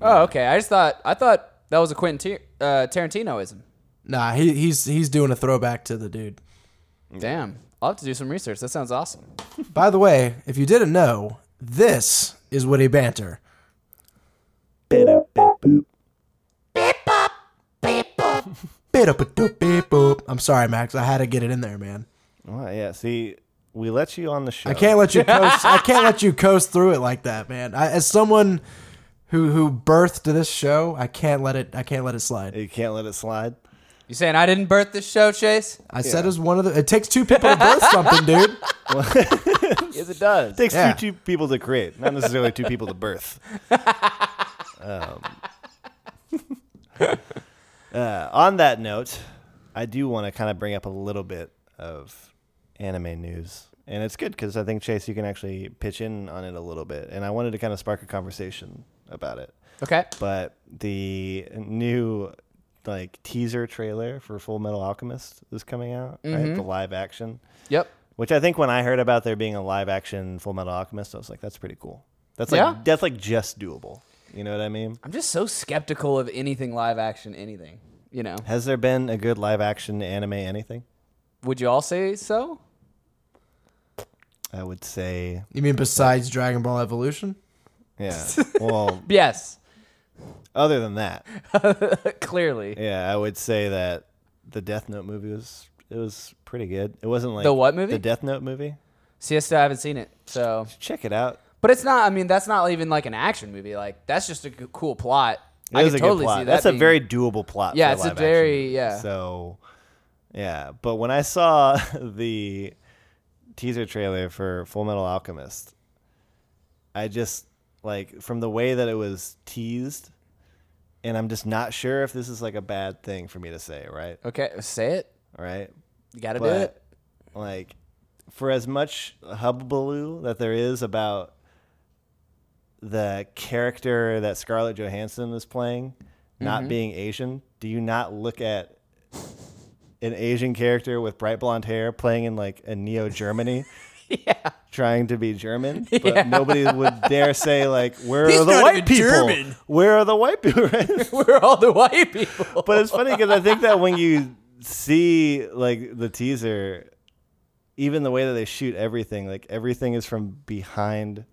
Speaker 4: Oh, okay. I just thought I thought that was a Quentin Tar- uh, Tarantinoism.
Speaker 5: nah he, he's he's doing a throwback to the dude
Speaker 4: Damn, I'll have to do some research. That sounds awesome.
Speaker 5: By the way, if you didn't know, this is Witty Banter. Bit-a-bit-boop. I'm sorry, Max. I had to get it in there, man.
Speaker 3: Well, yeah. See, we let you on the show.
Speaker 5: I can't let you coast. I can't let you coast through it like that, man. I, as someone who who birthed this show, I can't let it. I can't let it slide.
Speaker 3: You can't let it slide.
Speaker 4: You saying I didn't birth this show, Chase?
Speaker 5: I said as one of the. It takes two people to birth something, dude.
Speaker 4: yes, it does.
Speaker 3: takes
Speaker 5: Yeah.
Speaker 3: two, two people to create, not necessarily two people to birth. Um, uh, on that note, I do want to kind of bring up a little bit of anime news. And it's good because I think, Chase, you can actually pitch in on it a little bit. And I wanted to kind of spark a conversation about it.
Speaker 4: Okay.
Speaker 3: But the new like teaser trailer for Full Metal Alchemist is coming out, right? The live action.
Speaker 4: Yep.
Speaker 3: Which I think when I heard about there being a live action Full Metal Alchemist, I was like, that's pretty cool. That's like
Speaker 4: Yeah.
Speaker 3: that's like just doable. You know what I mean?
Speaker 4: I'm just so skeptical of anything live action, anything. You know?
Speaker 3: Has there been a good live action anime anything?
Speaker 4: Would you all say so?
Speaker 3: I would say
Speaker 5: You mean besides Dragon Ball Evolution?
Speaker 3: yeah. well,
Speaker 4: Yes.
Speaker 3: other than that,
Speaker 4: Clearly.
Speaker 3: yeah, I would say that the Death Note movie was it was pretty good. It wasn't like
Speaker 4: The what movie?
Speaker 3: The Death Note movie.
Speaker 4: See, I still haven't seen it. So,
Speaker 3: Check it out.
Speaker 4: but it's not. I mean, that's not even like an action movie. Like that's just a g- cool plot.
Speaker 3: It
Speaker 4: I
Speaker 3: is
Speaker 4: can
Speaker 3: a good
Speaker 4: totally
Speaker 3: plot.
Speaker 4: see that.
Speaker 3: That's
Speaker 4: being-
Speaker 3: a very doable plot.
Speaker 4: Yeah,
Speaker 3: for
Speaker 4: it's a
Speaker 3: live action
Speaker 4: very-
Speaker 3: movie.
Speaker 4: yeah.
Speaker 3: So, yeah, but when I saw the teaser trailer for Full Metal Alchemist, I just like from the way that it was teased, and I'm just not sure if this is like a bad thing for me to say, right?
Speaker 4: okay. Say it.
Speaker 3: Right?
Speaker 4: You gotta do
Speaker 3: But
Speaker 4: it.
Speaker 3: like, for as much hubbaloo that there is about the character that Scarlett Johansson is playing
Speaker 4: Mm-hmm.
Speaker 3: not being Asian, do you not look at an Asian character with bright blonde hair playing in like a neo Germany trying to be German, but nobody would dare say like, "Where
Speaker 4: He's
Speaker 3: are the
Speaker 4: not
Speaker 3: white
Speaker 4: even
Speaker 3: people?
Speaker 4: German."
Speaker 3: Where are the white people?" Right?
Speaker 4: We're all the white people.
Speaker 3: but it's funny because I think that when you see like the teaser, even the way that they shoot everything, like everything is from behind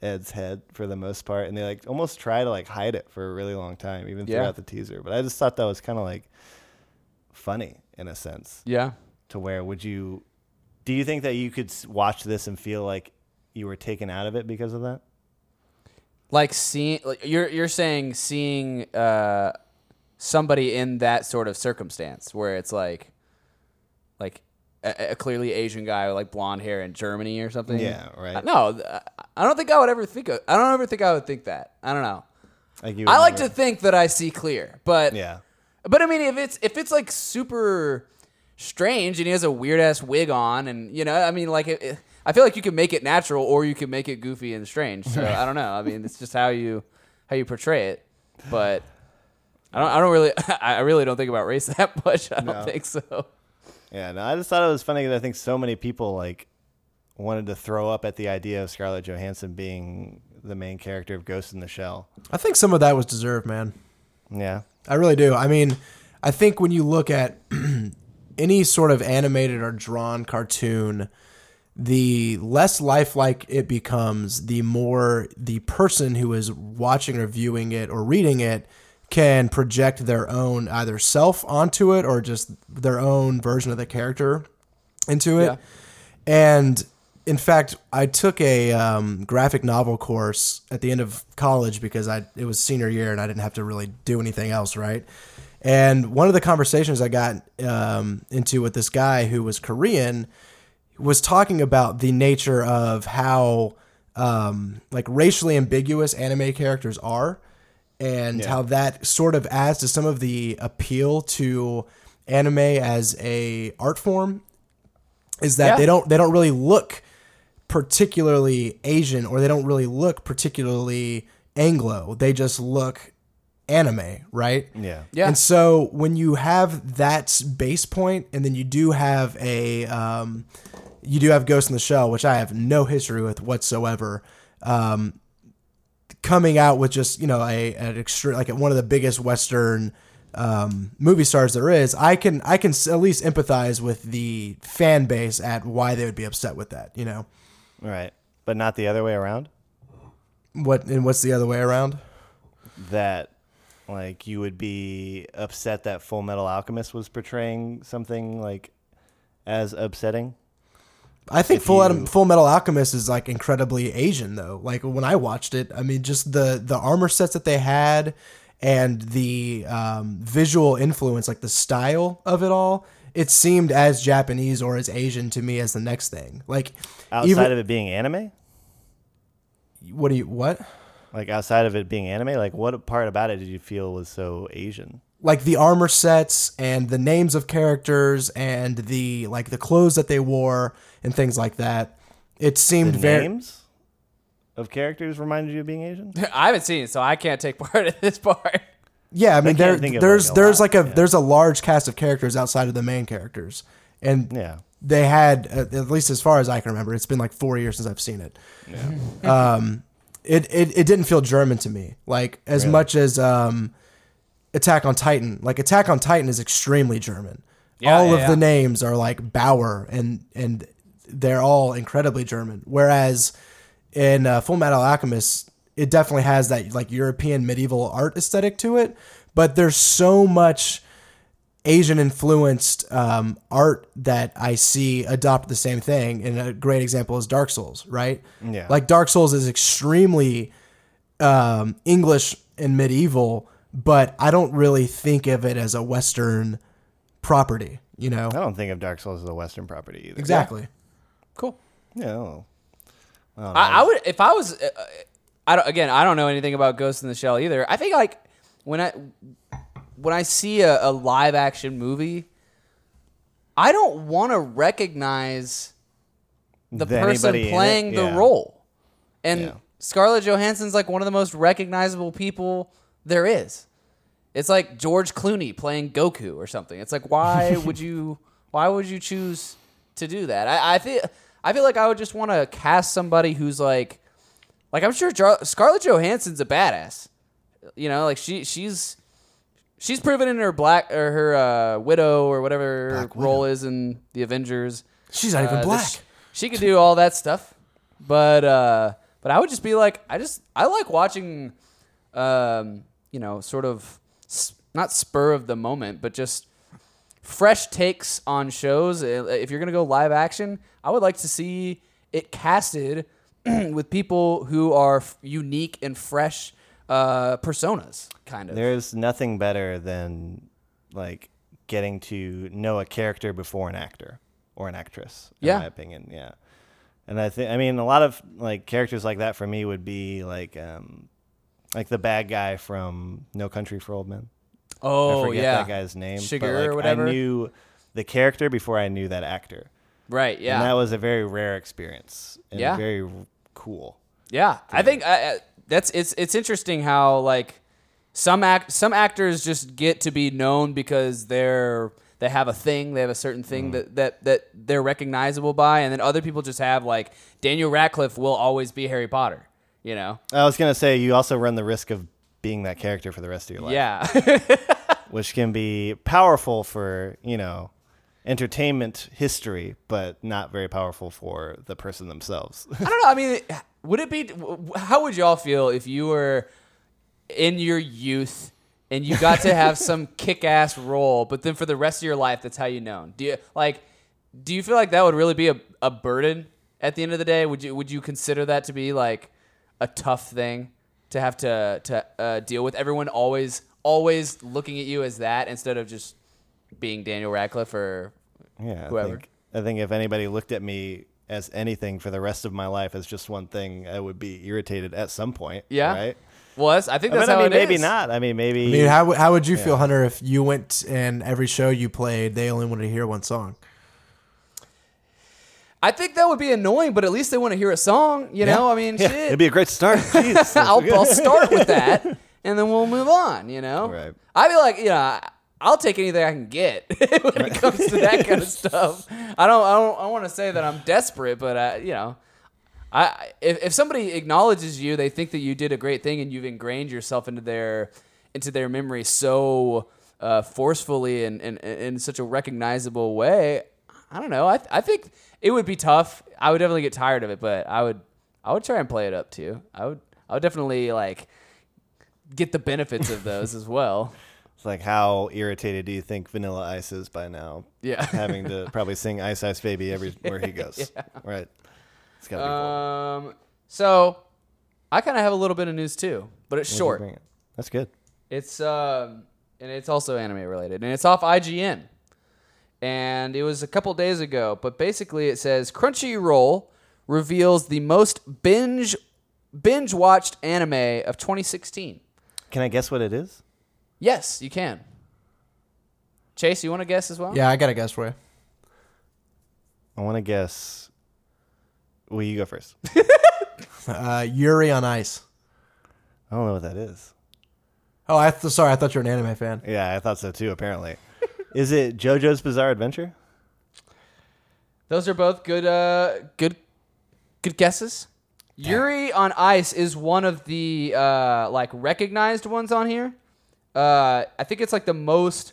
Speaker 3: Ed's head for the most part, and they like almost try to like hide it for a really long time, even
Speaker 4: Yeah.
Speaker 3: throughout the teaser. But I just thought that was kind of like funny in a sense
Speaker 4: Yeah.
Speaker 3: to where would you do you think that you could s- watch this and feel like you were taken out of it because of that
Speaker 4: Like seeing like you're you're saying seeing uh somebody in that sort of circumstance where it's like like a, a clearly Asian guy with like blonde hair in Germany or something.
Speaker 3: Yeah, right.
Speaker 4: No, th- Mm. I- I don't think I would ever think of I don't ever think I would think that. I don't know.
Speaker 3: like you
Speaker 4: I
Speaker 3: would
Speaker 4: like to
Speaker 3: never-
Speaker 4: think that I see clear, but
Speaker 3: yeah
Speaker 4: But I mean, if it's if it's like super strange and he has a weird ass wig on, and you know, I mean, like, it, it- I feel like you can make it natural or you can make it goofy and strange. So I don't know. I mean, it's just how you how you portray it. But I don't. I don't really. I really don't think about race that much. I don't think so.
Speaker 3: yeah no i just thought it was funny because i think so many people like wanted to throw up at the idea of scarlett johansson being the main character of ghost in the shell
Speaker 5: I think some of that was deserved, man.
Speaker 3: yeah
Speaker 5: I really do. I mean, I think when you look at any sort of animated or drawn cartoon, the less lifelike it becomes, the more the person who is watching or viewing it or reading it can project their own either self onto it or just their own version of the character into it.
Speaker 4: Yeah.
Speaker 5: And in fact, I took a um, graphic novel course at the end of college because I it was senior year and I didn't have to really do anything else, right? And one of the conversations I got um, into with this guy who was Korean was talking about the nature of how um, like racially ambiguous anime characters are and how that sort of adds to some of the appeal to anime as a art form is that
Speaker 4: Yeah.
Speaker 5: they don't they don't really look particularly Asian or they don't really look particularly Anglo. They just look anime, right?
Speaker 3: yeah
Speaker 4: Yeah.
Speaker 5: And so when you have that base point, and then you do have a, um, you do have Ghost in the Shell, which I have no history with whatsoever. Um, coming out with just you know a an extra like one of the biggest Western um, movie stars there is, I can I can s- at least empathize with the fan base at why they would be upset with that. You know
Speaker 3: right but not the other way around
Speaker 5: what? And what's the other way around?
Speaker 3: that like you would be upset that full metal alchemist was portraying something like as upsetting
Speaker 5: I think
Speaker 3: if
Speaker 5: Full
Speaker 3: you-
Speaker 5: Adam, Full Metal Alchemist is like incredibly Asian though. Like when I watched it, I mean, just the the armor sets that they had and the um, visual influence, like the style of it all, it seemed as Japanese or as Asian to me as the next thing. Like
Speaker 3: outside of it being anime
Speaker 5: what do you what?
Speaker 3: Like outside of it being anime, like what part about it did you feel was so Asian?
Speaker 5: like the armor sets and the names of characters and the like the clothes that they wore and things like that. It
Speaker 3: The
Speaker 5: seemed very
Speaker 3: names of characters reminded you of being Asian?
Speaker 4: I haven't seen it, so I can't take part in this part.
Speaker 5: Yeah, I mean
Speaker 3: can't
Speaker 5: there,
Speaker 3: think of,
Speaker 5: there's
Speaker 3: like, a
Speaker 5: there's
Speaker 3: lot,
Speaker 5: like a there's a large cast of characters outside of the main characters, and
Speaker 3: Yeah.
Speaker 5: they had at at least as far as I can remember, it's been like four years since I've seen it. um, it it it didn't feel German to me, like as much as um, Attack on Titan. Like Attack on Titan is extremely German.
Speaker 4: Yeah,
Speaker 5: all
Speaker 4: yeah,
Speaker 5: of
Speaker 4: yeah.
Speaker 5: the names are like Bauer, and and they're all incredibly German. Whereas in uh, Full Metal Alchemist, it definitely has that like European medieval art aesthetic to it, but there's so much. Asian influenced um, art that I see adopt the same thing. And a great example is Dark Souls, right?
Speaker 3: Yeah.
Speaker 5: Like Dark Souls is extremely um, English and medieval, but I don't really think of it as a Western property, you know?
Speaker 4: Oh,
Speaker 3: I don't think of Dark Souls as a Western property either.
Speaker 5: Exactly.
Speaker 4: Cool.
Speaker 3: Yeah. I don't know.
Speaker 4: I, I would if I was. Uh, I don't, again, I don't know anything about Ghost in the Shell either. I think like when I when I see a, a live action movie, I don't want to recognize the
Speaker 3: Th-
Speaker 4: person
Speaker 3: anybody in it?
Speaker 4: playing the
Speaker 3: Yeah.
Speaker 4: role, and
Speaker 3: Yeah.
Speaker 4: Scarlett Johansson's like one of the most recognizable people there is. It's like George Clooney playing Goku or something. It's like why would you why would you choose to do that? I, I feel I feel like I would just want to cast somebody who's like, like I'm sure Jar- Scarlett Johansson's a badass. You know, like she she's she's proven in her black or her uh, widow or whatever her
Speaker 5: Black
Speaker 4: role
Speaker 5: Widow.
Speaker 4: is in the Avengers.
Speaker 5: She's not even
Speaker 4: Uh,
Speaker 5: black.
Speaker 4: this- she could do all that stuff, but uh, but I would just be like, I just I like watching, um, you know, sort of s- not spur of the moment, but just fresh takes on shows. Uh, If you're gonna go live action, I would like to see it casted with people who are f- unique and fresh uh, personas, kind of.
Speaker 3: There's nothing better than like getting to know a character before an actor or an actress. In
Speaker 4: Yeah.
Speaker 3: my opinion, yeah. And I think I mean a lot of like characters like that for me would be like um like the bad guy from No Country for Old Men. I
Speaker 4: oh
Speaker 3: forget
Speaker 4: yeah,
Speaker 3: that guy's name. but,
Speaker 4: Sugar or
Speaker 3: like,
Speaker 4: whatever.
Speaker 3: I knew the character before I knew that actor.
Speaker 4: right? Yeah,
Speaker 3: And that was a very rare experience. And
Speaker 4: Yeah.
Speaker 3: Very r- cool.
Speaker 4: Yeah, I think I, I- that's it's it's interesting how like some act some actors just get to be known because they're they have a thing, they have a certain thing that, that that they're recognizable by, and then other people just have like Daniel Radcliffe will always be Harry Potter, you know?
Speaker 3: I was gonna say you also run the risk of being that character for the rest of your life.
Speaker 4: Yeah,
Speaker 3: which can be powerful for you know entertainment history but not very powerful for the person themselves
Speaker 4: I don't know. I mean, would it be? How would y'all feel if you were in your youth and you got to have some kick-ass role, but then for the rest of your life, that's how you known? Do you like? Do you feel like that would really be a, a burden at the end of the day? Would you Would you consider that to be like a tough thing to have to to uh, deal with? Everyone always always looking at you as that instead of just being Daniel Radcliffe or
Speaker 3: yeah I
Speaker 4: Whoever.
Speaker 3: think, I think if anybody looked at me as anything for the rest of my life as just one thing i would be irritated at some point
Speaker 4: yeah.
Speaker 3: right
Speaker 4: Well, that's, I think
Speaker 3: I,
Speaker 4: that's
Speaker 3: mean, I
Speaker 4: how
Speaker 3: mean
Speaker 4: it
Speaker 3: maybe
Speaker 4: is.
Speaker 3: not i mean maybe
Speaker 5: I mean, how, w- how would you feel, Hunter, if you went and every show you played, they only wanted to hear one song?
Speaker 4: I think that would be annoying, but at least they want to hear a song. You know, I mean,
Speaker 3: Yeah,
Speaker 4: shit.
Speaker 3: it'd be a great start Jeez.
Speaker 4: I'll, I'll start with that, and then we'll move on. You know,
Speaker 3: Right.
Speaker 4: I'd be like, you know, I- I'll take anything I can get when it comes to that kind of stuff. I don't, I don't, I want to say that I'm desperate, but I, you know, I if, if somebody acknowledges you, they think that you did a great thing, and you've ingrained yourself into their into their memory so uh, forcefully and, and, and in such a recognizable way. I don't know. I I think it would be tough. I would definitely get tired of it, but I would I would try and play it up too. I would I would definitely like get the benefits of those as well.
Speaker 3: It's like how irritated do you think vanilla ice is by now
Speaker 4: Yeah.
Speaker 3: having to probably sing ice ice baby everywhere he goes right it's gotta be cool.
Speaker 5: Uh,
Speaker 4: Um, so I kind of have a little bit of news too, but it's short.
Speaker 3: Bring it. that's good
Speaker 4: It's um, and it's also anime related, and it's off IGN, and it was a couple days ago. But basically, it says Crunchyroll reveals the most binge binge watched anime of 2016.
Speaker 3: can i guess what it is
Speaker 4: Yes, you can. Chase, you want to guess as well?
Speaker 5: Yeah, I got to guess for you.
Speaker 3: I want to guess. Well, you go first. I
Speaker 5: Uh, Yuri on Ice.
Speaker 3: don't know what that is.
Speaker 5: Oh, I th- sorry. I thought you were an anime fan.
Speaker 3: Yeah, I thought so too. Apparently, is it JoJo's Bizarre Adventure?
Speaker 4: Those are both good uh good good guesses. Yuri on Ice is one of the uh like recognized ones on here. Uh I think it's like the most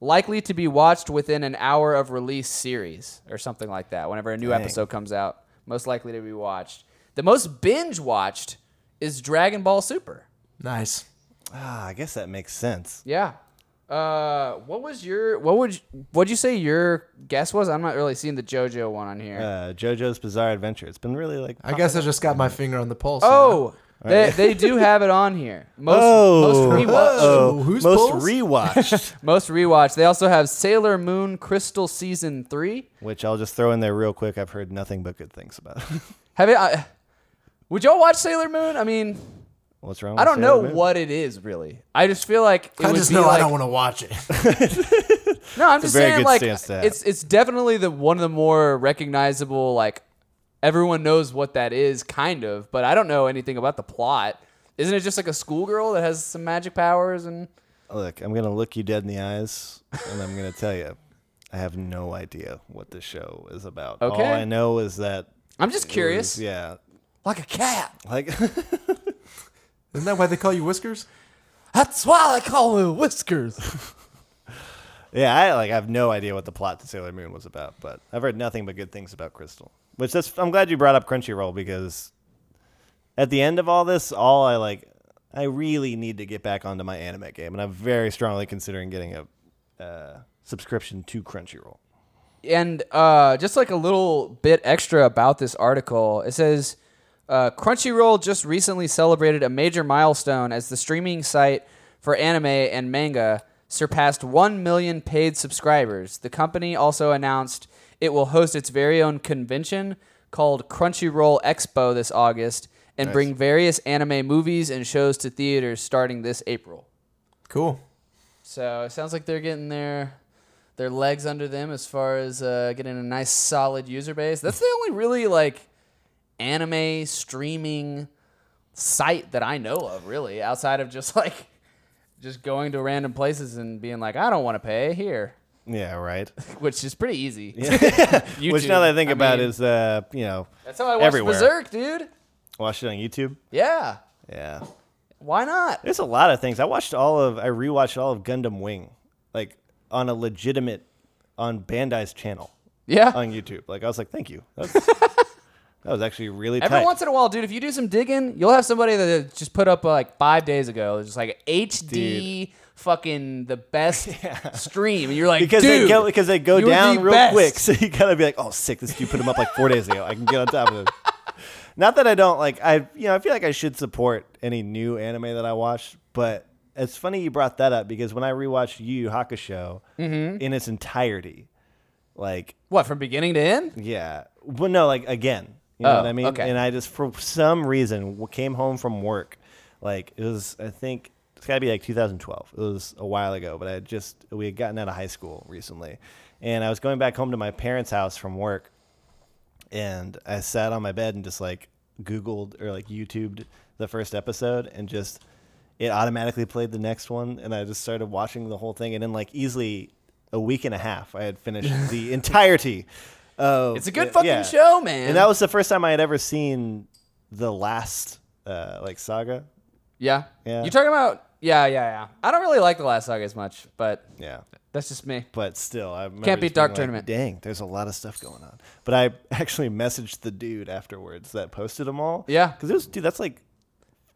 Speaker 4: likely to be watched within an hour of release series or something like that. Whenever a new
Speaker 3: Dang.
Speaker 4: episode comes out, most likely to be watched. The most binge watched is Dragon Ball Super.
Speaker 5: Nice.
Speaker 3: Ah, I guess that makes sense.
Speaker 4: Yeah. Uh what was your what would you, what'd you say your guess was? I'm not really seeing the JoJo one on here.
Speaker 3: Uh, JoJo's Bizarre Adventure. It's been really like.
Speaker 5: I guess I just got my finger on the pulse.
Speaker 4: Oh, they, they do have it on here. Most
Speaker 3: Oh,
Speaker 4: most rewatch.
Speaker 3: uh-oh.
Speaker 5: Who's
Speaker 3: most
Speaker 5: pulls?
Speaker 3: rewatched?
Speaker 4: Most rewatch. They also have Sailor Moon Crystal season three.
Speaker 3: which I'll just throw in there real quick. I've heard nothing but good things about. it.
Speaker 4: Have it? I, would y'all watch Sailor Moon? I mean,
Speaker 3: What's wrong?
Speaker 4: I
Speaker 3: with
Speaker 4: don't
Speaker 3: Sailor
Speaker 4: know
Speaker 3: Moon?
Speaker 4: what it is really. I just feel like it
Speaker 5: I
Speaker 4: would
Speaker 5: just
Speaker 4: be
Speaker 5: know
Speaker 4: like,
Speaker 5: I don't want to watch it.
Speaker 4: No, I'm just
Speaker 3: very
Speaker 4: saying
Speaker 3: good
Speaker 4: like
Speaker 3: stance to have.
Speaker 4: it's it's definitely the one of the more recognizable like everyone knows what that is kind of, but I don't know anything about the plot. Isn't it just like a schoolgirl that has some magic powers and
Speaker 3: Look, I'm gonna look you dead in the eyes, and I'm gonna tell you. I have no idea what the show is about.
Speaker 4: Okay.
Speaker 3: All I know is that
Speaker 4: I'm just curious.
Speaker 3: yeah,
Speaker 4: Like a cat.
Speaker 3: like
Speaker 5: Isn't that why they call you Whiskers?
Speaker 4: That's why they call me Whiskers.
Speaker 3: yeah, I like I have no idea what the plot to Sailor Moon was about, but I've heard nothing but good things about Crystal. Which that's I'm glad you brought up Crunchyroll because at the end of all this, all I like I really need to get back onto my anime game, and I'm very strongly considering getting a uh, subscription to Crunchyroll.
Speaker 4: and uh, just like a little bit extra about this article, it says uh, Crunchyroll just recently celebrated a major milestone as the streaming site for anime and manga surpassed 1 million paid subscribers. The company also announced it will host its very own convention called Crunchyroll Expo this August and bring various anime movies and shows to theaters starting this April.
Speaker 5: Cool.
Speaker 4: So it sounds like they're getting their their legs under them as far as uh, getting a nice solid user base. That's the only really like anime streaming site that I know of, really, outside of just like just going to random places and being like, I don't want to pay here,
Speaker 3: Yeah, right.
Speaker 4: which is pretty easy.
Speaker 3: Which
Speaker 4: YouTube.
Speaker 3: now that I think
Speaker 4: I
Speaker 3: about
Speaker 4: mean,
Speaker 3: is uh, you know
Speaker 4: that's how I watched
Speaker 3: everywhere.
Speaker 4: Berserk, dude.
Speaker 3: watch it on YouTube.
Speaker 4: Yeah,
Speaker 3: Yeah.
Speaker 4: why not?
Speaker 3: There's a lot of things. I watched all of I rewatched all of Gundam Wing, like on a legitimate on Bandai's channel
Speaker 4: Yeah.
Speaker 3: on YouTube. Like I was like, thank you. That was, that was actually really
Speaker 4: Every
Speaker 3: tight.
Speaker 4: once in a while, dude, if you do some digging, you'll have somebody that just put up uh, like five days ago, just like HD fucking the best stream, and you're like,
Speaker 3: because
Speaker 4: dude,
Speaker 3: they go because they go
Speaker 4: you're
Speaker 3: down
Speaker 4: the
Speaker 3: real
Speaker 4: best.
Speaker 3: quick, so you gotta be like, oh, sick! This dude put him up like four days ago. I can get on top of it. Not that I don't like I you know I feel like I should support any new anime that I watch, but it's funny you brought that up because when I rewatched Yu Yu Hakusho
Speaker 4: Mm-hmm.
Speaker 3: in its entirety, like
Speaker 4: What from beginning to end?
Speaker 3: Yeah. Well, no, like again. You know
Speaker 4: Oh,
Speaker 3: what I mean?
Speaker 4: okay.
Speaker 3: And I just, for some reason, w- came home from work. Like, it was, I think, it's got to be like 2012. It was a while ago, but I had just, we had gotten out of high school recently. And I was going back home to my parents' house from work. And I sat on my bed and just like Googled or like YouTubed the first episode and just, it automatically played the next one. And I just started watching the whole thing. And in like easily a week and a half, I had finished the entirety. of
Speaker 4: It's a good
Speaker 3: it-
Speaker 4: fucking
Speaker 3: yeah.
Speaker 4: show, man.
Speaker 3: And that was the first time I had ever seen the last uh, like saga.
Speaker 4: yeah.
Speaker 3: Yeah.
Speaker 4: You talking about? Yeah, yeah, yeah. I don't really like the last saga as much, but
Speaker 3: Yeah.
Speaker 4: that's just me.
Speaker 3: But still, I remember
Speaker 4: Can't beat
Speaker 3: just being
Speaker 4: Dark
Speaker 3: like,
Speaker 4: Tournament.
Speaker 3: Dang, there's a lot of stuff going on. But I actually messaged the dude afterwards that posted them all.
Speaker 4: Yeah.
Speaker 3: because it was dude. That's like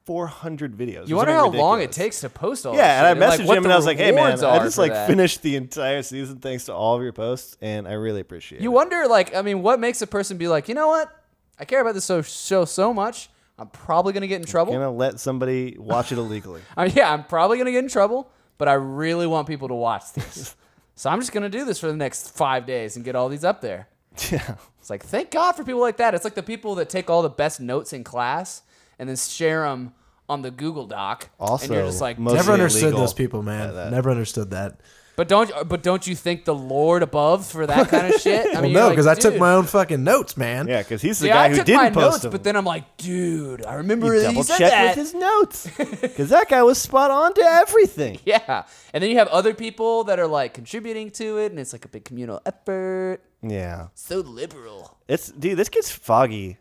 Speaker 3: 400 videos. It
Speaker 4: You
Speaker 3: was
Speaker 4: wonder how
Speaker 3: something
Speaker 4: long it
Speaker 3: ridiculous.
Speaker 4: takes to post all.
Speaker 3: Yeah, and I
Speaker 4: this shit,
Speaker 3: messaged
Speaker 4: like, what
Speaker 3: him
Speaker 4: the
Speaker 3: and I was like, "Hey man,
Speaker 4: rewards
Speaker 3: I
Speaker 4: are
Speaker 3: just
Speaker 4: for
Speaker 3: like
Speaker 4: that."
Speaker 3: finished the entire season thanks to all of your posts, and I really appreciate
Speaker 4: You
Speaker 3: it."
Speaker 4: wonder, like, I mean, what makes a person be like, you know what? I care about this so- show so much. I'm probably gonna get in trouble.
Speaker 3: Gonna let somebody watch it illegally.
Speaker 4: I mean, Uh, yeah, I'm probably gonna get in trouble, but I really want people to watch these. so I'm just gonna do this for the next five days and get all these up there.
Speaker 3: yeah,
Speaker 4: It's like thank God for people like that. It's like the people that take all the best notes in class and then share them on the Google Doc. and
Speaker 3: Also,
Speaker 4: you're just like,
Speaker 3: most-
Speaker 4: "Damn."
Speaker 5: Never
Speaker 3: Mostly
Speaker 5: understood
Speaker 3: illegal.
Speaker 5: those people, man. Never understood that.
Speaker 4: but don't but don't you think the Lord above for that kind of shit? I
Speaker 5: Well,
Speaker 4: mean,
Speaker 5: no,
Speaker 4: because
Speaker 5: because I took my own fucking notes, man.
Speaker 3: yeah, because he's the
Speaker 4: Yeah,
Speaker 3: guy
Speaker 4: I
Speaker 3: who
Speaker 4: took
Speaker 3: didn't
Speaker 4: my
Speaker 3: post
Speaker 4: notes,
Speaker 3: them.
Speaker 4: but then I'm like, dude, I remember
Speaker 3: You
Speaker 4: that he
Speaker 3: double
Speaker 4: said
Speaker 3: check
Speaker 4: that.
Speaker 3: with his notes because that guy was spot on to everything.
Speaker 4: yeah, and then you have other people that are like contributing to it, and it's like a big communal effort.
Speaker 3: Yeah,
Speaker 4: So liberal.
Speaker 3: it's dude. This gets foggy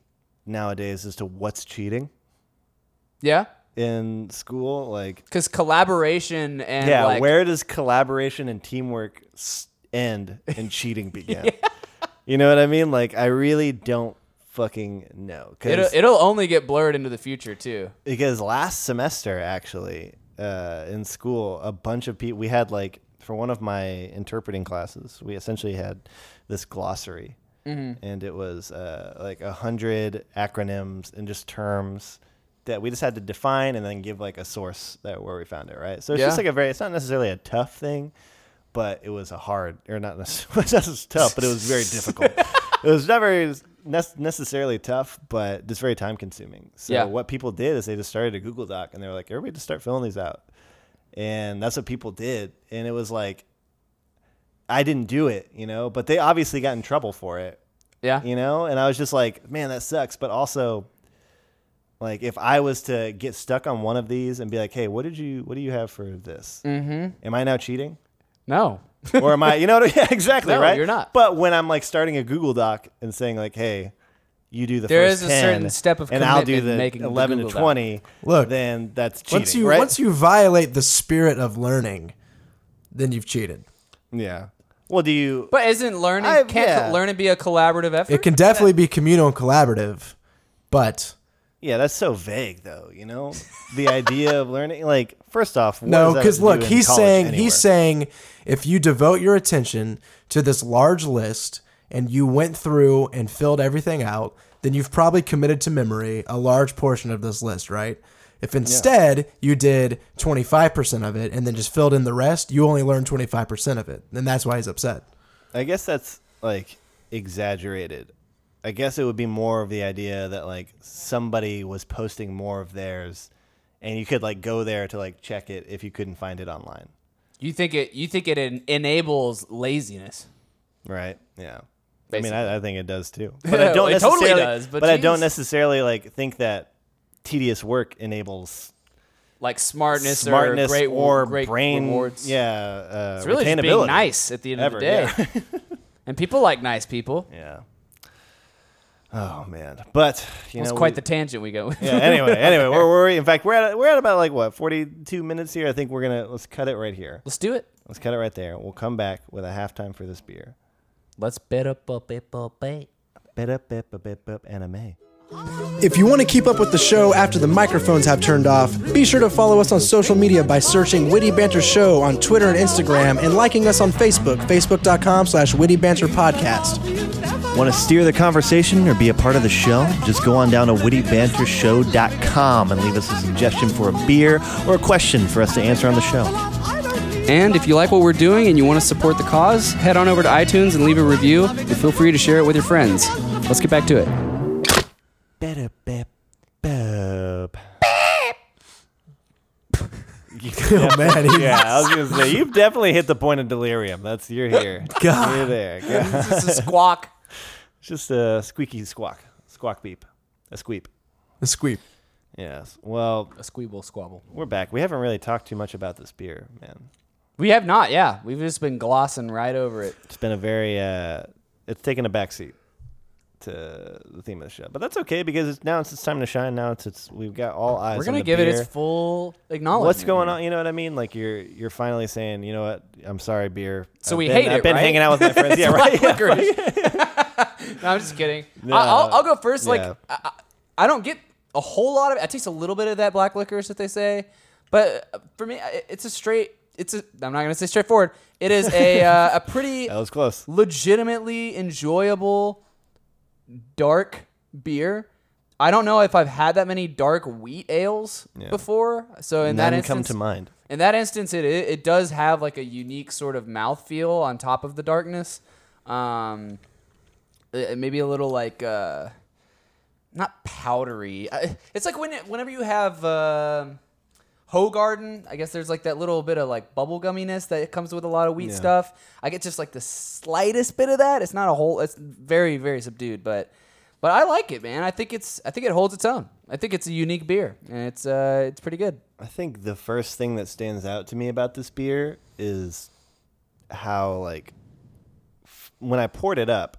Speaker 3: nowadays as to what's cheating
Speaker 4: Yeah,
Speaker 3: in school. Like,
Speaker 4: because collaboration and
Speaker 3: yeah,
Speaker 4: like,
Speaker 3: where does collaboration and teamwork s- end and cheating begin? You know what I mean? Like, I really don't fucking know.
Speaker 4: it'll,
Speaker 3: Cause,
Speaker 4: it'll only get blurred into the future too.
Speaker 3: because last semester actually uh, in school a bunch of people we had like for one of my interpreting classes we essentially had this glossary and it was uh, like a hundred acronyms and just terms that we just had to define and then give like a source that where we found it right so it's just
Speaker 4: Yeah.
Speaker 3: like a very it's not necessarily a tough thing but it was a hard or not necessarily not as tough but it was very difficult it was never nec- necessarily tough but just very time consuming so
Speaker 4: Yeah.
Speaker 3: what people did is they just started a google doc and they were like everybody just start filling these out and that's what people did and it was like i didn't do it you know but they obviously got in trouble for it
Speaker 4: Yeah,
Speaker 3: you know and i was just like man that sucks but also like if i was to get stuck on one of these and be like hey what did you what do you have for this mm-hmm. am i now cheating
Speaker 4: No.
Speaker 3: or am I? You know, what I- yeah, exactly,
Speaker 4: No,
Speaker 3: right?
Speaker 4: you're not.
Speaker 3: But when I'm like starting a Google Doc and saying like, "Hey, you do the
Speaker 4: There
Speaker 3: first
Speaker 4: is a
Speaker 3: 10,
Speaker 4: certain step of
Speaker 3: and I'll do
Speaker 4: commitment
Speaker 3: the
Speaker 4: in making the
Speaker 3: eleven to
Speaker 4: Google Doc.
Speaker 3: twenty,
Speaker 5: Look,
Speaker 3: then that's cheating,
Speaker 5: Once you
Speaker 3: right?
Speaker 5: once you violate the spirit of learning, then you've cheated.
Speaker 3: yeah. Well, do you?
Speaker 4: But isn't learning
Speaker 3: I've-
Speaker 4: can't
Speaker 3: yeah.
Speaker 4: learning be a collaborative effort?
Speaker 5: It can definitely be communal and collaborative, but
Speaker 3: yeah, that's so vague, though. You know, the idea of learning. Like, first off, what
Speaker 5: no,
Speaker 3: does that
Speaker 5: because
Speaker 3: do
Speaker 5: look,
Speaker 3: in
Speaker 5: he's
Speaker 3: college
Speaker 5: saying
Speaker 3: anywhere?
Speaker 5: he's saying if you devote your attention to this large list and you went through and filled everything out, then you've probably committed to memory a large portion of this list, right? If instead you did 25% of it and then just filled in the rest, you only learned 25% of it. And that's why he's upset.
Speaker 3: I guess that's like exaggerated. I guess it would be more of the idea that like somebody was posting more of theirs, and you could like go there to like check it if you couldn't find it online,
Speaker 4: you think it you think it en- enables laziness.
Speaker 3: right? Yeah.
Speaker 4: Basically.
Speaker 3: I mean, I, I think it does too, but
Speaker 4: Yeah,
Speaker 3: I don't
Speaker 4: it totally
Speaker 3: necessarily.
Speaker 4: does, but
Speaker 3: but I don't
Speaker 4: geez.
Speaker 3: necessarily like think that tedious work enables
Speaker 4: Like smartness,
Speaker 3: smartness
Speaker 4: or great
Speaker 3: or
Speaker 4: great
Speaker 3: brain
Speaker 4: rewards.
Speaker 3: Yeah, uh,
Speaker 4: It's really just being
Speaker 3: retainability.
Speaker 4: nice at the end of
Speaker 3: Ever,
Speaker 4: the day. and people like nice people.
Speaker 3: Yeah. Oh man, but you
Speaker 4: That's
Speaker 3: know,
Speaker 4: quite
Speaker 3: we-
Speaker 4: the tangent we go with.
Speaker 3: yeah. Anyway, anyway, we're, we're in fact we're at we're at about like what forty two minutes here. I think we're gonna let's cut it right here.
Speaker 4: Let's do it.
Speaker 3: Let's cut it right there. We'll come back with a halftime for this beer.
Speaker 4: Let's bet up a bit, a bit.
Speaker 3: Bit up, bit up, bit up, anime.
Speaker 5: If you want to keep up with the show after the microphones have turned off, be sure to follow us on social media by searching Witty Banter Show on Twitter and Instagram and liking us on Facebook, facebook.com slash Witty Banter Podcast.
Speaker 3: Want to steer the conversation or be a part of the show? Just go on down to wittybantershow.com and leave us a suggestion for a beer or a question for us to answer on the show.
Speaker 4: And if you like what we're doing and you want to support the cause, head on over to iTunes and leave a review, and feel free to share it with your friends. Let's get back to it.
Speaker 3: Bit up, bit up.
Speaker 5: Oh, man. he-
Speaker 3: Yeah, I was gonna say you've definitely hit the point of delirium. That's you're here.
Speaker 5: God.
Speaker 3: You're there. God.
Speaker 4: This is squawk.
Speaker 3: It's just a squeaky squawk, squawk beep, a squeep.
Speaker 5: The squeak.
Speaker 3: Yes. Well,
Speaker 4: A squeeble squabble.
Speaker 3: we're back. We haven't really talked too much about this beer, man.
Speaker 4: We have not, yeah. We've just been glossing right over it.
Speaker 3: It's been a very, uh, it's taken a backseat to the theme of the show, but that's okay because it's now it's, it's time to shine. Now it's it's we've got all eyes.
Speaker 4: We're
Speaker 3: on
Speaker 4: gonna
Speaker 3: the
Speaker 4: give it
Speaker 3: beer.
Speaker 4: its full acknowledgement.
Speaker 3: What's going on? You know what I mean? Like you're you're finally saying, you know what? I'm sorry, beer.
Speaker 4: So
Speaker 3: I've
Speaker 4: we
Speaker 3: been,
Speaker 4: hate
Speaker 3: I've
Speaker 4: it,
Speaker 3: been
Speaker 4: right?
Speaker 3: hanging out with my friends. yeah, right.
Speaker 4: Like licorice. no, I'm just kidding. I, I'll, I'll go first. Like,
Speaker 3: Yeah.
Speaker 4: I, I- I don't get a whole lot of. it. I taste a little bit of that black licorice that they say, but uh, for me, I- it's a straight. It's a. I'm not gonna say straightforward. It is a uh, a pretty
Speaker 3: That was close.
Speaker 4: legitimately enjoyable dark beer. I don't know if I've had that many dark wheat ales before. So in that
Speaker 3: None
Speaker 4: instance,
Speaker 3: come to mind.
Speaker 4: in that instance, it it it does have like a unique sort of mouthfeel on top of the darkness. Um, uh, maybe a little like uh, not powdery. I- It's like when it, whenever you have uh, Hogarden, I guess there's like that little bit of like bubblegumminess that comes with a lot of wheat stuff. I get just like the slightest bit of that. It's not a whole. It's very very subdued, but but I like it, man. I think it's I think it holds its own. I think it's a unique beer, and it's uh it's pretty good.
Speaker 3: I think the first thing that stands out to me about this beer is how like f- when I poured it up,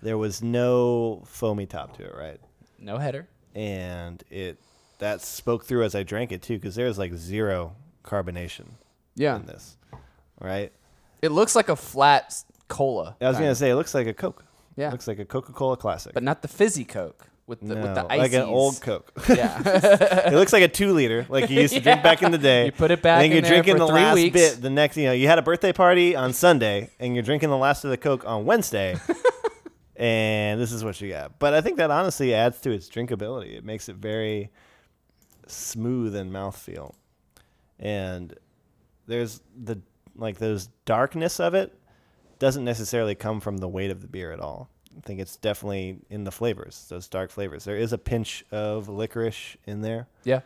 Speaker 3: there was no foamy top to it, right?
Speaker 4: No header.
Speaker 3: And it that spoke through as I drank it too, because there's like zero carbonation
Speaker 4: Yeah.
Speaker 3: in this, right?
Speaker 4: It looks like a flat s- cola.
Speaker 3: I was
Speaker 4: kind
Speaker 3: gonna
Speaker 4: of,
Speaker 3: say it looks like a Coke.
Speaker 4: Yeah.
Speaker 3: looks like a Coca Cola Classic,
Speaker 4: but not the fizzy Coke with the with the
Speaker 3: No,
Speaker 4: ices.
Speaker 3: like an old Coke.
Speaker 4: Yeah.
Speaker 3: it looks like a two liter, like you used to drink back in the day.
Speaker 4: You put it back
Speaker 3: and then
Speaker 4: in
Speaker 3: you're
Speaker 4: there
Speaker 3: drinking
Speaker 4: for
Speaker 3: the
Speaker 4: three
Speaker 3: last
Speaker 4: weeks.
Speaker 3: bit. The next, you know, you had a birthday party on Sunday, and you're drinking the last of the Coke on Wednesday. and this is what you got. But I think that honestly adds to its drinkability. It makes it very smooth and mouthfeel. And there's the like those darkness of it doesn't necessarily come from the weight of the beer at all. I think it's definitely in the flavors, those dark flavors. There is a pinch of licorice in there
Speaker 4: yeah.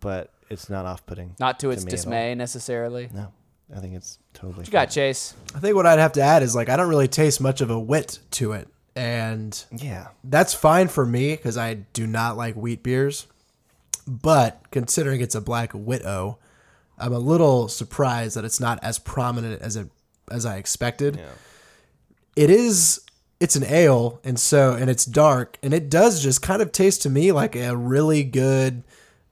Speaker 3: but it's not off-putting.
Speaker 4: Not to its
Speaker 3: me at all.
Speaker 4: dismay necessarily. What
Speaker 3: No, I think it's totally.
Speaker 4: you got, Chase?
Speaker 5: I think what I'd have to add is like, I don't really taste much of a wit to it. And
Speaker 3: Yeah,
Speaker 5: that's fine for me because I do not like wheat beers. But considering it's a black widow, I'm a little surprised that it's not as prominent as it as I expected. It is it's an ale and so and it's dark and it does just kind of taste to me like a really good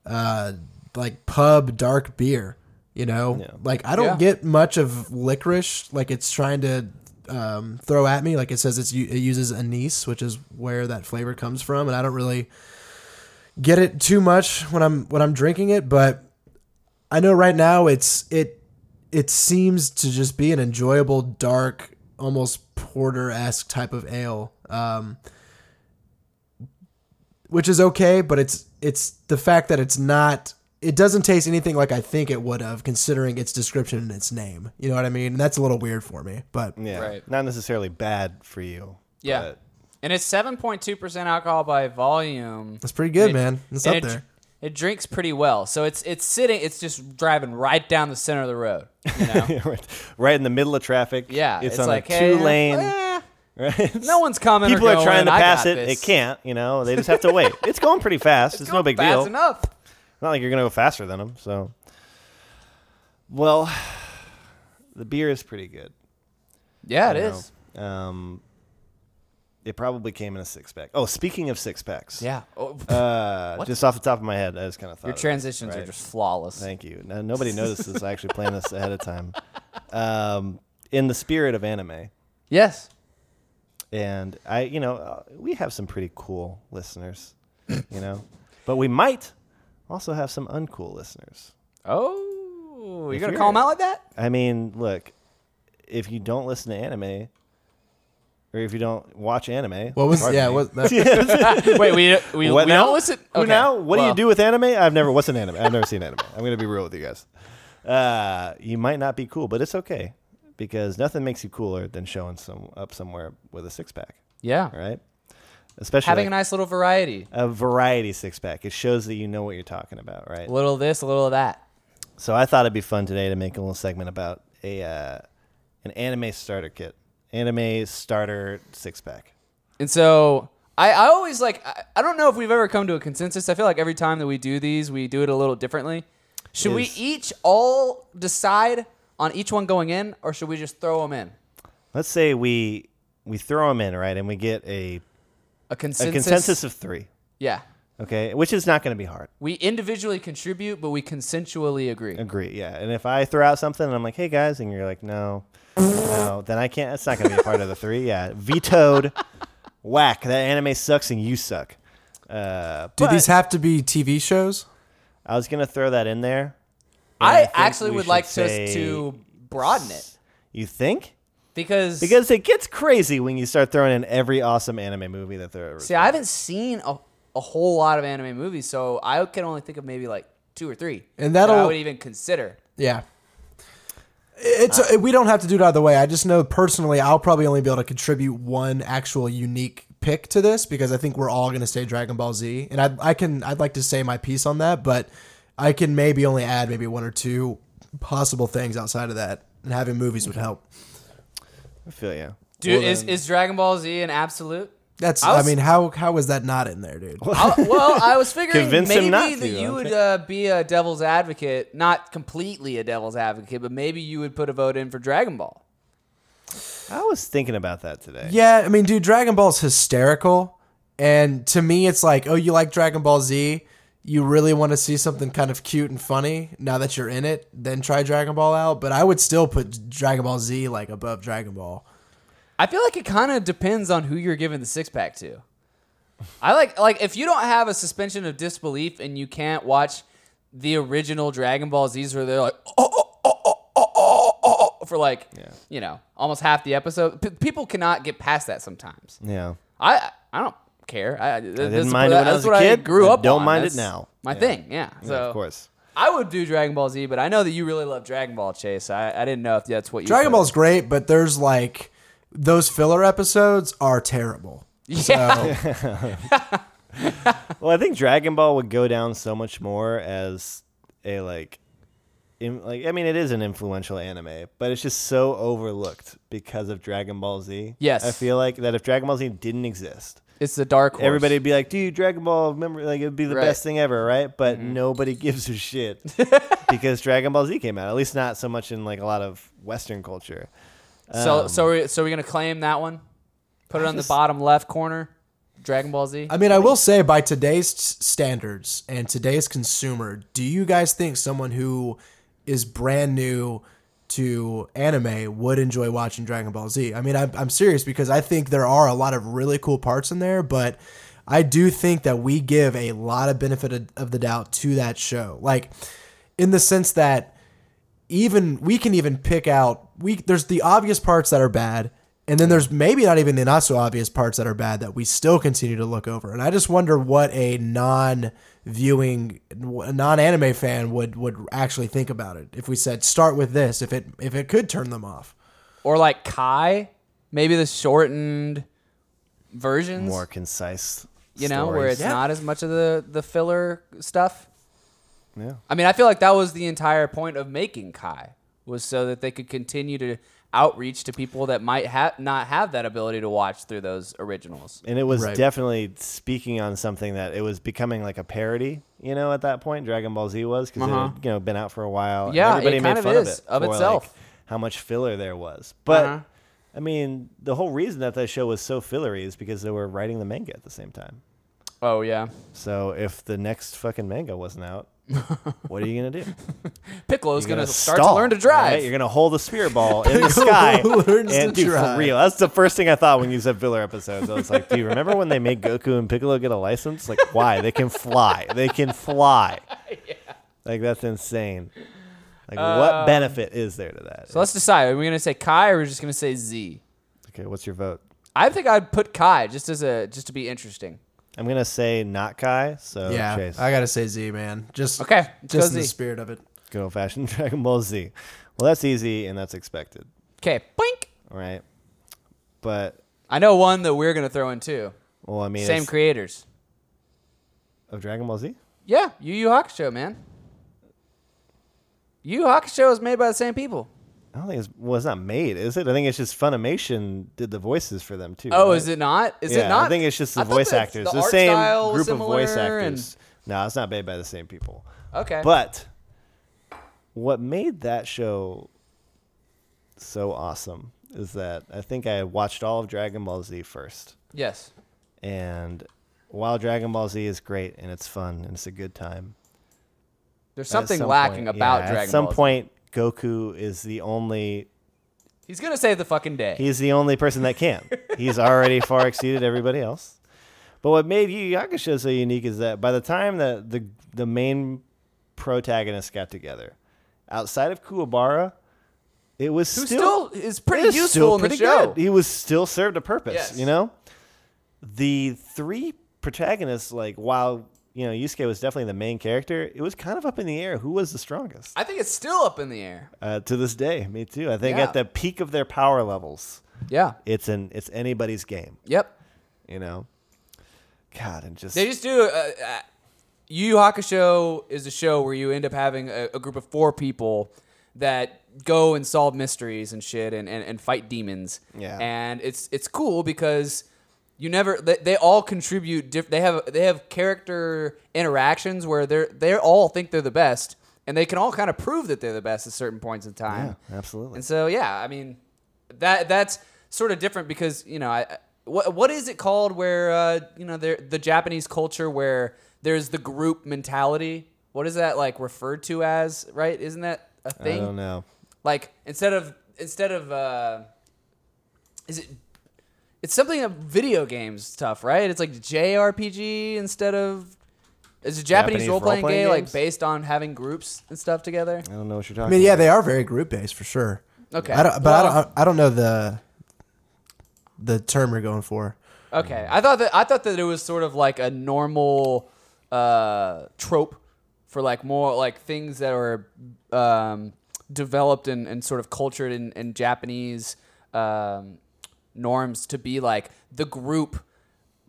Speaker 5: uh like pub dark beer, you know? Like I don't
Speaker 4: Yeah.
Speaker 5: get much of licorice like it's trying to um, throw at me like it says it's it uses anise, which is where that flavor comes from and I don't really get it too much when I'm when I'm drinking it, but I know right now it's it it seems to just be an enjoyable dark, almost porter esque type of ale, um, which is okay. But it's it's the fact that it's not. It doesn't taste anything like I think it would have, considering its description and its name. You know what I mean? That's a little weird for me, but
Speaker 3: Yeah.
Speaker 4: Right.
Speaker 3: Not necessarily bad for you.
Speaker 4: Yeah.
Speaker 3: but-
Speaker 4: and it's 7.2% alcohol by volume.
Speaker 5: that's pretty good,
Speaker 4: It-
Speaker 5: man. It's
Speaker 4: and
Speaker 5: up
Speaker 4: it,
Speaker 5: there.
Speaker 4: It drinks pretty well. So it's it's sitting it's just driving right down the center of the road, you know.
Speaker 3: right, right in the middle of traffic.
Speaker 4: Yeah,
Speaker 3: It's,
Speaker 4: it's
Speaker 3: on
Speaker 4: like,
Speaker 3: a
Speaker 4: hey,
Speaker 3: two lane.
Speaker 4: eh,
Speaker 3: right?
Speaker 4: No one's coming. or
Speaker 3: People are trying
Speaker 4: going,
Speaker 3: to
Speaker 4: I
Speaker 3: pass
Speaker 4: got
Speaker 3: it.
Speaker 4: this.
Speaker 3: It can't. You know, they just have to wait. It's going pretty fast. It's, no
Speaker 4: Going
Speaker 3: big
Speaker 4: fast
Speaker 3: deal.
Speaker 4: enough.
Speaker 3: Not like you're gonna go faster than them. So, well, the beer is pretty good.
Speaker 4: Yeah, it
Speaker 3: you
Speaker 4: is.
Speaker 3: know. Um, it probably came in a six pack. Oh, speaking of six packs.
Speaker 4: Yeah. Oh,
Speaker 3: Uh,
Speaker 4: What?
Speaker 3: just off the top of my head, I just kind of thought
Speaker 4: your
Speaker 3: of it.
Speaker 4: transitions are
Speaker 3: Right.
Speaker 4: just flawless.
Speaker 3: Thank you. No, nobody noticed this. I actually planned this ahead of time. Um, in the spirit of anime,
Speaker 4: Yes.
Speaker 3: and I, you know, uh, we have some pretty cool listeners, you know, but we might also have some uncool listeners.
Speaker 4: Oh, you're
Speaker 3: If
Speaker 4: gonna
Speaker 3: you're-
Speaker 4: call him out like that?
Speaker 3: I mean, look, if you don't listen to anime, or if you don't watch anime,
Speaker 5: What was
Speaker 3: pardon
Speaker 5: yeah?
Speaker 3: me.
Speaker 5: What that,
Speaker 4: Wait, we we,
Speaker 3: What
Speaker 4: we
Speaker 3: now?
Speaker 4: don't listen.
Speaker 3: Who
Speaker 4: okay.
Speaker 3: now? What do
Speaker 4: Well,
Speaker 3: you do with anime? I've never. What's an anime? I've never seen anime. I'm gonna be real with you guys. Uh, you might not be cool, but it's okay because nothing makes you cooler than showing some up somewhere with a six pack,
Speaker 4: Yeah,
Speaker 3: right? Especially
Speaker 4: having
Speaker 3: like-
Speaker 4: a nice little variety,
Speaker 3: a variety six pack. It shows that you know what you're talking about, right?
Speaker 4: a little of this, a little of that.
Speaker 3: So I thought it'd be fun today to make a little segment about a uh, an anime starter kit, anime starter six pack.
Speaker 4: And so I, I always like I, I don't know if we've ever come to a consensus. I feel like every time that we do these, we do it a little differently. Should we
Speaker 3: Is-
Speaker 4: each all decide on each one going in, or should we just throw them in?
Speaker 3: Let's say we we throw them in, right, and we get a
Speaker 4: A
Speaker 3: a
Speaker 4: consensus.
Speaker 3: consensus of three,
Speaker 4: Yeah,
Speaker 3: okay, which is not going to be hard.
Speaker 4: we individually contribute, but we consensually agree.
Speaker 3: Agree, yeah. And if I throw out something and I'm like, "Hey guys," and you're like, "No, no," then I can't. It's not going to be a part of the three. Yeah, vetoed. Whack. That anime sucks, and you suck. Uh,
Speaker 5: do
Speaker 3: but
Speaker 5: these have to be TV shows?
Speaker 3: I was going to throw that in there. and
Speaker 4: I,
Speaker 3: think
Speaker 4: actually
Speaker 3: we
Speaker 4: would
Speaker 3: should
Speaker 4: like
Speaker 3: say-
Speaker 4: us to broaden it
Speaker 3: You think?
Speaker 4: because
Speaker 3: Because it gets crazy when you start throwing in every awesome anime movie that there ever.
Speaker 4: see, I haven't seen a, a whole lot of anime movies, so I can only think of maybe like two or three,
Speaker 5: And
Speaker 4: that I
Speaker 5: that'll-
Speaker 4: would even consider.
Speaker 5: Yeah. It's
Speaker 4: Uh,
Speaker 5: we don't have to do it either way. I just know personally, I'll probably only be able to contribute one actual unique pick to this because I think we're all going to say Dragon Ball Z, and I I can I'd like to say my piece on that, but I can maybe only add maybe one or two possible things outside of that, and having movies would help.
Speaker 3: I feel you.
Speaker 4: Dude, is, is Dragon Ball Z an absolute?
Speaker 5: That's
Speaker 4: I
Speaker 5: I,
Speaker 4: was-
Speaker 5: mean how how is that not in there, dude?
Speaker 4: I, well, I was figuring
Speaker 3: Convince
Speaker 4: maybe
Speaker 3: him not
Speaker 4: that
Speaker 3: to,
Speaker 4: you
Speaker 3: huh?
Speaker 4: would uh, be a devil's advocate, not completely a devil's advocate, but maybe you would put a vote in for Dragon Ball.
Speaker 3: I was thinking about that today.
Speaker 5: Yeah, I mean, dude, Dragon Ball's hysterical, and to me, it's like, oh, you like Dragon Ball Z? You really want to see something kind of cute and funny now that you're in it? Then try Dragon Ball out. But I would still put Dragon Ball Z like above Dragon Ball.
Speaker 4: I feel like it kind of depends on who you're giving the six pack to. I like like if you don't have a suspension of disbelief and you can't watch the original Dragon Ball Z's where they're like oh, oh, oh, oh, oh, oh, oh, for like you know almost half the episode, P- people cannot get past that sometimes.
Speaker 3: Yeah.
Speaker 4: I I don't care. I, I didn't
Speaker 3: mind it when I was a kid.
Speaker 4: grew
Speaker 3: I
Speaker 4: up.
Speaker 3: don't
Speaker 4: on.
Speaker 3: mind it
Speaker 4: That's
Speaker 3: now.
Speaker 4: My thing, yeah. So
Speaker 3: of course.
Speaker 4: I would do Dragon Ball Z, but I know that you really love Dragon Ball Chase. I, I didn't know if that's what you
Speaker 5: Dragon
Speaker 4: put-
Speaker 5: Ball's great, but there's like those filler episodes are terrible.
Speaker 4: Yeah,
Speaker 3: Well, I think Dragon Ball would go down so much more as a like, in, like I mean, it is an influential anime, but it's just so overlooked because of Dragon Ball Z.
Speaker 4: Yes.
Speaker 3: I feel like that if Dragon Ball Z didn't exist,
Speaker 4: it's the dark horse.
Speaker 3: Everybody would be like, dude, Dragon Ball, remember, like, it would be the
Speaker 4: Right. Mm-hmm.
Speaker 3: best thing ever, right? But nobody gives a shit because Dragon Ball Z came out, at least not so much in, like, a lot of Western culture.
Speaker 4: So so we so we're gonna claim that one. Put it on the bottom left corner. Dragon Ball Z.
Speaker 5: I mean, I will say by today's s- standards and today's consumer, do you guys think someone who is brand new to anime would enjoy watching Dragon Ball Z? I mean, I'm, I'm serious because I think there are a lot of really cool parts in there, but I do think that we give a lot of benefit of, of the doubt to that show. Like, in the sense that even we can even pick out we there's the obvious parts that are bad and then there's maybe not even the not so obvious parts that are bad that we still continue to look over and i just wonder what a non viewing non anime fan would would actually think about it if we said start with this if it if it could turn them off
Speaker 4: or like Kai, maybe the shortened versions.
Speaker 3: More concise.
Speaker 4: you know, where
Speaker 3: stories.
Speaker 4: it's not as much of the the filler stuff.
Speaker 3: Yeah.
Speaker 4: I mean, I feel like that was the entire point of making Kai was so that they could continue to outreach to people that might ha- not have that ability to watch through those originals.
Speaker 3: and it was
Speaker 5: Right.
Speaker 3: definitely speaking on something that it was becoming like a parody, you know, at that point. Dragon Ball Z was because it had, you know been out for a while. and
Speaker 4: Uh-huh. Yeah,
Speaker 3: everybody
Speaker 4: it
Speaker 3: made
Speaker 4: kind of
Speaker 3: fun
Speaker 4: is,
Speaker 3: of
Speaker 4: of
Speaker 3: it for,
Speaker 4: itself.
Speaker 3: Like, how much filler there was, but
Speaker 4: Uh-huh.
Speaker 3: I mean, the whole reason that that show was so fillery is because they were writing the manga at the same time.
Speaker 4: Oh yeah,
Speaker 3: So if the next fucking manga wasn't out, what are you gonna do?
Speaker 4: Piccolo's
Speaker 3: You're
Speaker 4: gonna, start
Speaker 3: stall,
Speaker 4: to learn to drive.
Speaker 3: right? You're gonna hold the spear ball in the sky.
Speaker 5: learns
Speaker 3: and
Speaker 5: to
Speaker 3: dude,
Speaker 5: drive.
Speaker 3: for real, that's the first thing I thought when you said filler episodes. I was like, do you remember when they made Goku and Piccolo get a license? Like, why? They can fly. They can fly. Like that's insane. Like, what benefit is there to that?
Speaker 4: Um, so let's decide: are we gonna say Kai or are we just gonna say Z?
Speaker 3: okay, what's your vote?
Speaker 4: I think I'd put Kai just as a just to be interesting.
Speaker 3: I'm gonna say not Kai. So
Speaker 5: yeah
Speaker 3: Chase,
Speaker 5: i gotta say z man just
Speaker 4: Oh, Okay, let's
Speaker 5: just
Speaker 4: go
Speaker 5: in the
Speaker 4: Z.
Speaker 5: spirit of it
Speaker 3: good old fashioned Dragon Ball Z. Well, that's easy and that's expected,
Speaker 4: Okay, boink.
Speaker 3: all right? But
Speaker 4: I know one that we're gonna throw in too.
Speaker 3: well, I mean,
Speaker 4: Same
Speaker 3: it's-
Speaker 4: creators.
Speaker 3: of Dragon Ball Z.
Speaker 4: Yeah, Yu Yu Hakusho, man. Yu Yu Hakusho was made by the same people.
Speaker 3: I don't think it's well, it's not made, is it? I think it's just Funimation did the voices for them too.
Speaker 4: Oh,
Speaker 3: right?
Speaker 4: is it not? Is
Speaker 3: yeah,
Speaker 4: it not?
Speaker 3: I think it's just the
Speaker 4: I thought
Speaker 3: voice
Speaker 4: that
Speaker 3: actors, the,
Speaker 4: art style
Speaker 3: same
Speaker 4: was
Speaker 3: group of voice
Speaker 4: similar and-
Speaker 3: actors. No, it's not made by the same people.
Speaker 4: okay,
Speaker 3: But what made that show so awesome is that I think I watched all of Dragon Ball Z first,
Speaker 4: yes,
Speaker 3: and while Dragon Ball Z is great and it's fun and it's a good time,
Speaker 4: there's
Speaker 3: at
Speaker 4: something
Speaker 3: some
Speaker 4: lacking
Speaker 3: point-
Speaker 4: about
Speaker 3: yeah,
Speaker 4: Dragon
Speaker 3: At some
Speaker 4: Ball Z.
Speaker 3: point, Goku is the only
Speaker 4: He's gonna save the fucking day.
Speaker 3: He's the only person that can. He's already far exceeded everybody else. But what made Yu Yu Hakusho so unique is that by the time that the the main protagonists got together, outside of Kuwabara, it was
Speaker 4: who
Speaker 3: still,
Speaker 4: still, is pretty
Speaker 3: it was
Speaker 4: useful
Speaker 3: still
Speaker 4: in
Speaker 3: pretty
Speaker 4: the show.
Speaker 3: good. He was still served a purpose.
Speaker 4: Yes.
Speaker 3: You know, the three protagonists, like while you know Yusuke was definitely the main character, it was kind of up in the air who was the strongest.
Speaker 4: I think it's still up in the air.
Speaker 3: Uh, to this day, me too. I think
Speaker 4: Yeah.
Speaker 3: at the peak of their power levels
Speaker 4: Yeah.
Speaker 3: it's an it's anybody's game,
Speaker 4: Yep.
Speaker 3: you know. God, and just
Speaker 4: They just do. Uh, uh, Yu Yu Hakusho is a show where you end up having a, a group of four people that go and solve mysteries and shit and, and, and fight demons.
Speaker 3: Yeah.
Speaker 4: And it's it's cool because you never they, they all contribute. Diff- they have they have character interactions where they're they all think they're the best and they can all kind of prove that they're the best at certain points in time.
Speaker 3: Yeah, absolutely.
Speaker 4: And so yeah, I mean that that's sort of different because you know I, I- what what is it called where uh, you know there the Japanese culture where there's the group mentality. What is that like referred to as? Right? Isn't that a
Speaker 3: I
Speaker 4: thing?
Speaker 3: don't know.
Speaker 4: Like instead of instead of uh, is it? It's something of video games stuff, right? It's like JRPG instead of. It's a Japanese,
Speaker 3: Japanese
Speaker 4: role playing
Speaker 3: role-playing
Speaker 4: game, like
Speaker 3: games?
Speaker 4: based on having groups and stuff together.
Speaker 3: I don't know what you're
Speaker 5: i
Speaker 3: talking.
Speaker 5: mean yeah
Speaker 3: about.
Speaker 5: they are very group based for sure
Speaker 4: Okay,
Speaker 5: i don't but
Speaker 4: Well-
Speaker 5: i don't i don't know the the term you're going for
Speaker 4: Okay, I thought that I thought that it was sort of like a normal uh, trope for like more like things that are um, developed and, and sort of cultured in, in Japanese um, norms to be like the group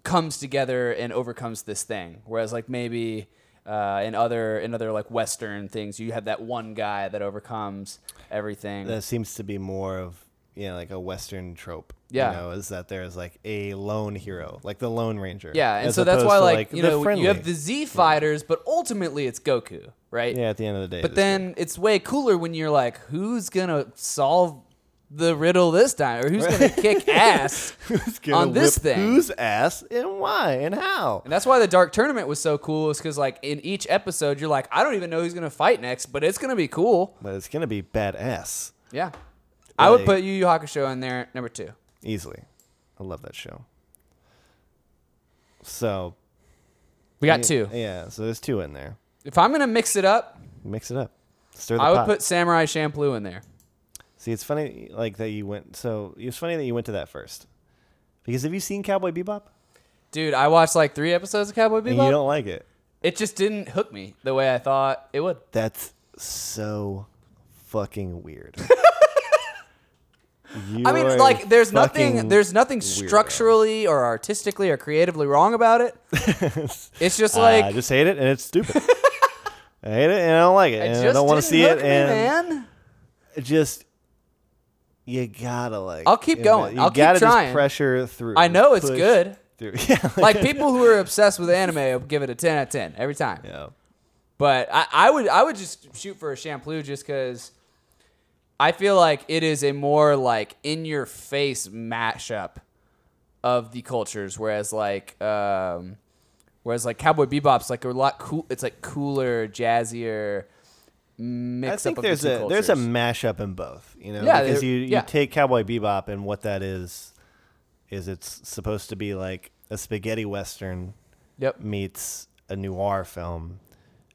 Speaker 4: comes together and overcomes this thing, whereas like maybe. Uh, in other in other like Western things, you have that one guy that overcomes everything.
Speaker 3: That seems to be more of you know, like a Western trope.
Speaker 4: Yeah.
Speaker 3: You know, is that there is like a lone hero, like the Lone Ranger.
Speaker 4: Yeah, and
Speaker 3: as
Speaker 4: so that's
Speaker 3: opposed
Speaker 4: why,
Speaker 3: to,
Speaker 4: like, you
Speaker 3: the
Speaker 4: know,
Speaker 3: friendly.
Speaker 4: you have the Z fighters, but ultimately it's Goku, right?
Speaker 3: Yeah, at the end of the day.
Speaker 4: But
Speaker 3: this-
Speaker 4: then it's way cooler when you're like, who's gonna solve the riddle this time, or who's gonna kick ass
Speaker 3: Who's gonna
Speaker 4: on this
Speaker 3: whip
Speaker 4: thing?
Speaker 3: whose ass and why and how?
Speaker 4: And that's why the Dark Tournament was so cool, is because like in each episode, you're like, I don't even know who's gonna fight next, but it's gonna be cool.
Speaker 3: But it's gonna be badass
Speaker 4: Yeah, I would
Speaker 3: Like-
Speaker 4: put Yu Yu Hakusho in there, number two.
Speaker 3: easily. I love that show. So
Speaker 4: We got two.
Speaker 3: Yeah, so there's two in there.
Speaker 4: If I'm gonna mix it up,
Speaker 3: Mix it up. Stir the
Speaker 4: I would
Speaker 3: pot.
Speaker 4: put Samurai Champloo in there.
Speaker 3: See, it's funny like that you went. So it's funny that you went to that first, because have you seen Cowboy Bebop?
Speaker 4: Dude, I watched like three episodes of Cowboy
Speaker 3: And you
Speaker 4: Bebop.
Speaker 3: don't like it.
Speaker 4: It just didn't hook me the way I thought it would.
Speaker 3: That's so fucking weird. You
Speaker 4: I mean,
Speaker 3: are
Speaker 4: like, there's nothing,
Speaker 3: fucking
Speaker 4: there's nothing
Speaker 3: weirdo.
Speaker 4: structurally or artistically or creatively wrong about it. it's just
Speaker 3: Uh,
Speaker 4: like
Speaker 3: I just hate it, and it's stupid. I hate it, and I don't like it,
Speaker 4: I
Speaker 3: and
Speaker 4: just
Speaker 3: I eh, don't want to
Speaker 4: didn't
Speaker 3: see
Speaker 4: hook
Speaker 3: it,
Speaker 4: me,
Speaker 3: and
Speaker 4: man.
Speaker 3: just you gotta like.
Speaker 4: I'll keep
Speaker 3: admit-
Speaker 4: going.
Speaker 3: You
Speaker 4: I'll keep
Speaker 3: gotta
Speaker 4: trying.
Speaker 3: Just pressure through.
Speaker 4: I know
Speaker 3: Just
Speaker 4: it's
Speaker 3: push
Speaker 4: good.
Speaker 3: Through. Yeah,
Speaker 4: Like people who are obsessed with anime will give it a ten out of ten every time.
Speaker 3: yeah.
Speaker 4: But I, I would I would just shoot for a shampoo just because I feel like it is a more like in your face mashup of the cultures, whereas like um, whereas like Cowboy Bebop's like a lot cool. It's like cooler, jazzier mix
Speaker 3: I think
Speaker 4: up
Speaker 3: there's
Speaker 4: of the
Speaker 3: a
Speaker 4: two
Speaker 3: there's a
Speaker 4: cultures.
Speaker 3: mashup in both, you know,
Speaker 4: Yeah,
Speaker 3: because
Speaker 4: there-
Speaker 3: you, you
Speaker 4: yeah.
Speaker 3: take Cowboy Bebop and what that is is it's supposed to be like a spaghetti western
Speaker 4: yep
Speaker 3: meets a noir film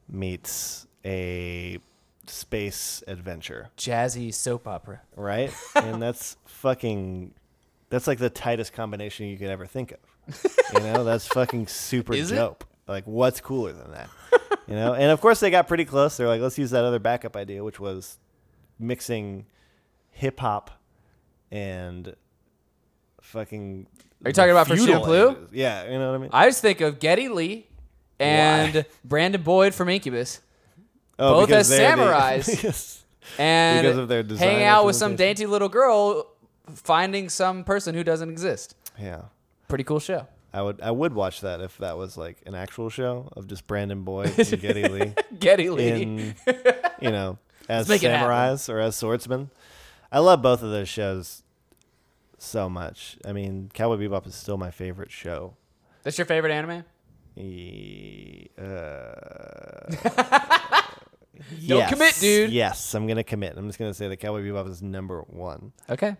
Speaker 3: meets a space adventure,
Speaker 4: jazzy soap opera.
Speaker 3: right? and that's fucking that's like the tightest combination you could ever think of. You know, that's fucking super
Speaker 4: Is it?
Speaker 3: dope. Like what's cooler than that? You know? And of course they got pretty close. They're like, let's use that other backup idea, which was mixing hip hop and fucking
Speaker 4: Are you talking about for
Speaker 3: feudal
Speaker 4: Shampoo? Uh,
Speaker 3: ages. Yeah, you know what I mean?
Speaker 4: I just think of Getty Lee and Brandon Boyd from Incubus.
Speaker 3: Oh,
Speaker 4: both
Speaker 3: because
Speaker 4: as
Speaker 3: they're the-
Speaker 4: samurais.
Speaker 3: yes.
Speaker 4: and
Speaker 3: Because of their design
Speaker 4: hang out with some
Speaker 3: implementation.
Speaker 4: dainty little girl finding some person who doesn't exist.
Speaker 3: Yeah.
Speaker 4: Pretty cool show.
Speaker 3: I would I would watch that if that was like an actual show of just Brandon Boyd and Getty Lee.
Speaker 4: Getty Lee.
Speaker 3: in you know as
Speaker 4: make it happen.
Speaker 3: samurais or as swordsmen. I love both of those shows so much. I mean, Cowboy Bebop is still my favorite show.
Speaker 4: That's your favorite anime?
Speaker 3: E- uh,
Speaker 4: Don't
Speaker 3: yes.
Speaker 4: commit, dude.
Speaker 3: Yes, I'm gonna commit. I'm just gonna say that Cowboy Bebop is number one,
Speaker 4: Okay.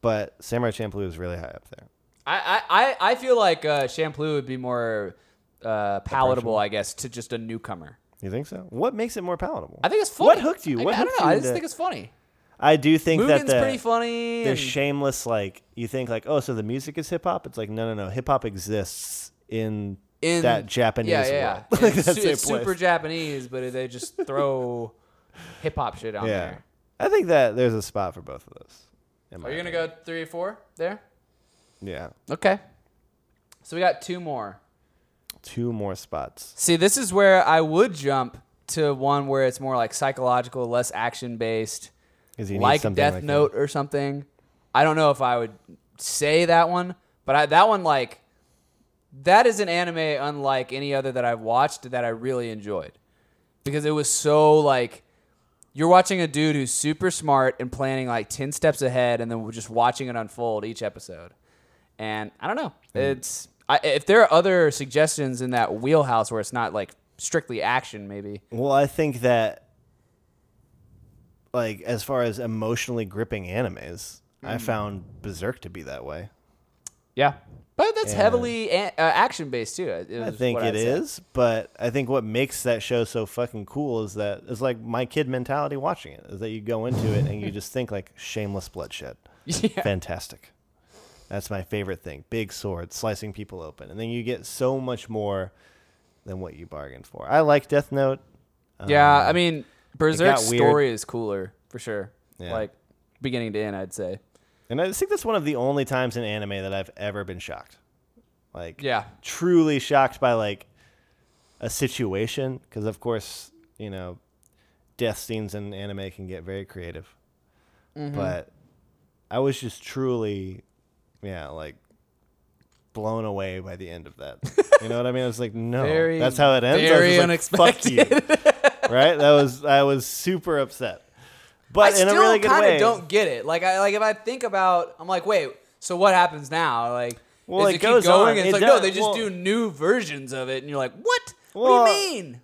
Speaker 3: but Samurai Champloo is really high up there.
Speaker 4: I, I, I I feel like uh, Shampoo would be more uh, palatable, I guess, to just a newcomer.
Speaker 3: You think so? What makes it more palatable?
Speaker 4: I think it's funny.
Speaker 3: What hooked you?
Speaker 4: I,
Speaker 3: What
Speaker 4: I don't
Speaker 3: hooked
Speaker 4: know.
Speaker 3: you
Speaker 4: I just
Speaker 3: into-
Speaker 4: think it's funny.
Speaker 3: I do think that
Speaker 4: Mugen's
Speaker 3: the
Speaker 4: pretty funny.
Speaker 3: the
Speaker 4: and-
Speaker 3: shameless like you think like oh so the music is hip hop it's like no no no hip hop exists in,
Speaker 4: in
Speaker 3: that Japanese
Speaker 4: yeah, yeah,
Speaker 3: world
Speaker 4: yeah.
Speaker 3: like
Speaker 4: it's,
Speaker 3: that's
Speaker 4: su-
Speaker 3: their
Speaker 4: it's super
Speaker 3: place.
Speaker 4: Japanese, but they just throw hip hop shit on
Speaker 3: yeah
Speaker 4: there.
Speaker 3: I think that there's a spot for both of those in
Speaker 4: Are
Speaker 3: my
Speaker 4: you gonna
Speaker 3: opinion.
Speaker 4: go three or four there?
Speaker 3: yeah
Speaker 4: Okay. So we got two more.
Speaker 3: two more spots
Speaker 4: See, this is where I would jump to one where it's more like psychological, less action based,
Speaker 3: 'Cause you need
Speaker 4: like
Speaker 3: something
Speaker 4: Death
Speaker 3: like that.
Speaker 4: Note or something. I don't know if I would say that one, but I, that one like that is an anime unlike any other that I've watched that I really enjoyed because it was so like you're watching a dude who's super smart and planning like 10 steps ahead and then we're just watching it unfold each episode and i don't know
Speaker 3: Mm.
Speaker 4: it's I, if there are other suggestions in that wheelhouse where it's not like strictly action maybe
Speaker 3: well I think that like as far as emotionally gripping animes I
Speaker 4: Mm.
Speaker 3: found Berserk to be that way
Speaker 4: yeah but that's heavily a- uh, action based too is
Speaker 3: I
Speaker 4: what
Speaker 3: think it
Speaker 4: I'd say.
Speaker 3: is, but I think what makes that show so fucking cool is that it's like my kid mentality watching it is that you go into it and you just think like shameless bloodshed.
Speaker 4: Yeah.
Speaker 3: Fantastic. That's my favorite thing. Big sword slicing people open. And then you get so much more than what you bargained for. I like Death Note.
Speaker 4: yeah i mean berserk's
Speaker 3: Um, weird.
Speaker 4: story is cooler for sure
Speaker 3: Yeah.
Speaker 4: like beginning to end i'd say
Speaker 3: And I just think that's one of the only times in anime that I've ever been shocked. Like
Speaker 4: yeah
Speaker 3: truly shocked by like a situation because of course you
Speaker 4: Mm-hmm.
Speaker 3: know death scenes in anime can get very creative but I was just truly, yeah, like blown away by the end of that. You know what I mean? I was like, no,
Speaker 4: Very-
Speaker 3: that's how it ends. I was
Speaker 4: very
Speaker 3: just like, Fuck you. right? That was I was super upset, but
Speaker 4: I
Speaker 3: in
Speaker 4: still
Speaker 3: a really good
Speaker 4: kinda
Speaker 3: way.
Speaker 4: don't get it. Like I like if I think about, I'm like, wait, so what happens now? Like,
Speaker 3: Well,
Speaker 4: does
Speaker 3: it
Speaker 4: it, keep
Speaker 3: goes
Speaker 4: going?
Speaker 3: on.
Speaker 4: It's
Speaker 3: It
Speaker 4: like no,
Speaker 3: does-
Speaker 4: they just
Speaker 3: well-
Speaker 4: do new versions of it, and you're like, what?
Speaker 3: Well,
Speaker 4: what do you mean?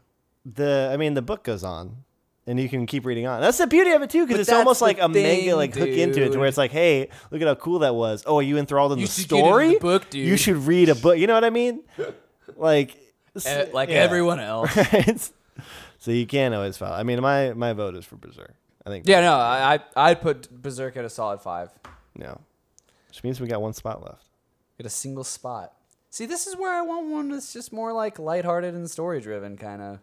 Speaker 3: the I mean, the book goes on. And you can keep reading on. That's the beauty of it too, because it's
Speaker 4: that's
Speaker 3: almost
Speaker 4: the
Speaker 3: like a
Speaker 4: thing,
Speaker 3: mega like hook into it, to where
Speaker 4: dude.
Speaker 3: it's like, hey, look at how cool that was. Oh, are you enthralled in
Speaker 4: You
Speaker 3: the
Speaker 4: should get into the
Speaker 3: story?
Speaker 4: book, dude.
Speaker 3: You should read a book. You know what I mean? Like,
Speaker 4: Eh,
Speaker 3: s-
Speaker 4: like
Speaker 3: yeah.
Speaker 4: everyone else.
Speaker 3: It's- so you can't always follow. I mean, my my vote is for Berserk. I think.
Speaker 4: yeah, no, I I- I'd put Berserk at a solid five.
Speaker 3: No. Which means we got one spot left.
Speaker 4: Get a single spot. See, this is where I want one that's just more like lighthearted and story driven, kind of.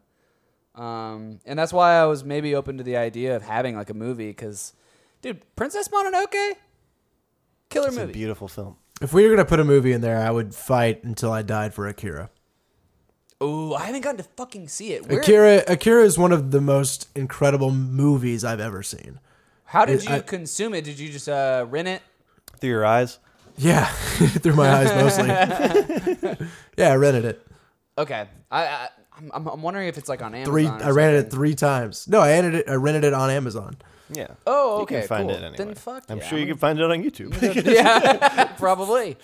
Speaker 4: Um, and that's why I was maybe open to the idea of having like a movie, because, dude, Princess Mononoke, killer
Speaker 3: It's a
Speaker 4: movie.
Speaker 3: beautiful film.
Speaker 5: If we were gonna put a movie in there, I would fight until I died for Akira.
Speaker 4: Oh, I haven't gotten to fucking see it. Where,
Speaker 5: Akira Akira is one of the most incredible movies I've ever seen.
Speaker 4: how did you
Speaker 5: I-
Speaker 4: consume it? Did you just uh, rent it?
Speaker 3: Through your eyes.
Speaker 5: Yeah, through my eyes mostly. yeah, I rented it
Speaker 4: Okay, I, I I'm, I'm- I'm wondering if it's like on Amazon.
Speaker 5: three.
Speaker 4: or
Speaker 5: I rented
Speaker 4: something.
Speaker 5: it three times. No, I rented it. I rented it on Amazon.
Speaker 3: Yeah.
Speaker 4: Oh,
Speaker 3: You
Speaker 4: okay,
Speaker 3: can find
Speaker 4: cool.
Speaker 3: it anyway.
Speaker 4: Then fuck
Speaker 3: I'm
Speaker 4: yeah,
Speaker 3: sure
Speaker 4: I'm
Speaker 3: you can find it on YouTube.
Speaker 4: yeah, probably.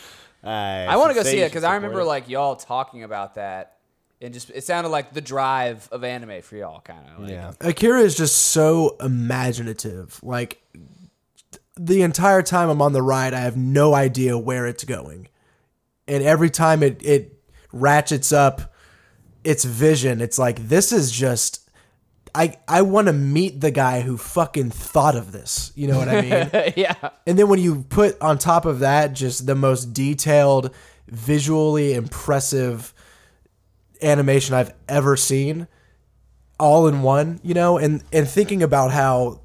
Speaker 4: I want to go see it because I remember
Speaker 3: like.
Speaker 4: like y'all talking about that, and just it sounded like the drive of anime for y'all, kind of. Like,
Speaker 3: Yeah.
Speaker 5: Akira is just so imaginative. Like the entire time I'm on the ride, I have no idea where it's going. And every time it it ratchets up its vision, it's like this is just I I want to meet the guy who fucking thought of this. You know what I mean?
Speaker 4: yeah.
Speaker 5: And then when you put on top of that just the most detailed, visually impressive animation I've ever seen, all in one, you know, and and thinking about how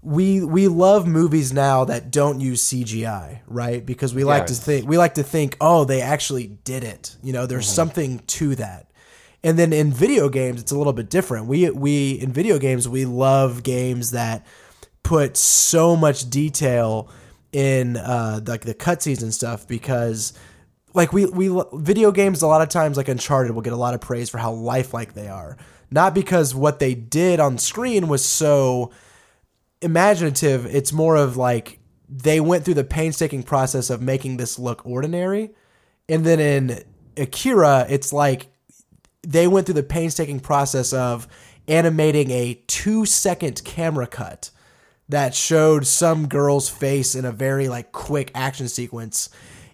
Speaker 5: we we love movies now that don't use CGI, right? Because we like to think we like to think, oh, they actually did it. You know, there's something to that. And then in video games, it's a little bit different. We we in video games we love games that put so much detail in uh, like the cutscenes and stuff because like we we video games a lot of times like Uncharted will get a lot of praise for how lifelike they are, not because what they did on screen was so imaginative. It's more of like they went through the painstaking process of making this look ordinary. And then in Akira, it's like they went through the painstaking process of animating a two second camera cut that showed some girl's face in a very like quick action sequence.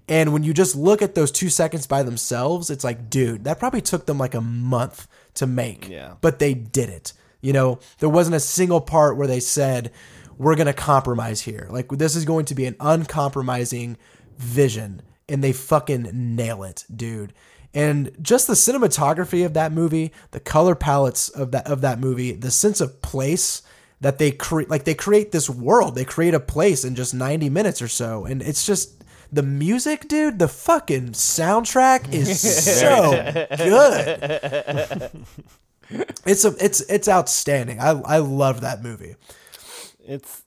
Speaker 5: And when you just look at those two seconds by themselves, it's like, dude, that probably took them like a month to make.
Speaker 3: Yeah.
Speaker 5: But they did it. You know, there wasn't a single part where they said, we're going to compromise here. Like, this is going to be an uncompromising vision. And they fucking nail it, dude. And just the cinematography of that movie, the color palettes of that of that movie, the sense of place that they create, like they create this world, they create a place in just ninety minutes or so, and it's just the music, dude. The fucking soundtrack is so good it's a it's it's outstanding. I I love that movie.
Speaker 3: it's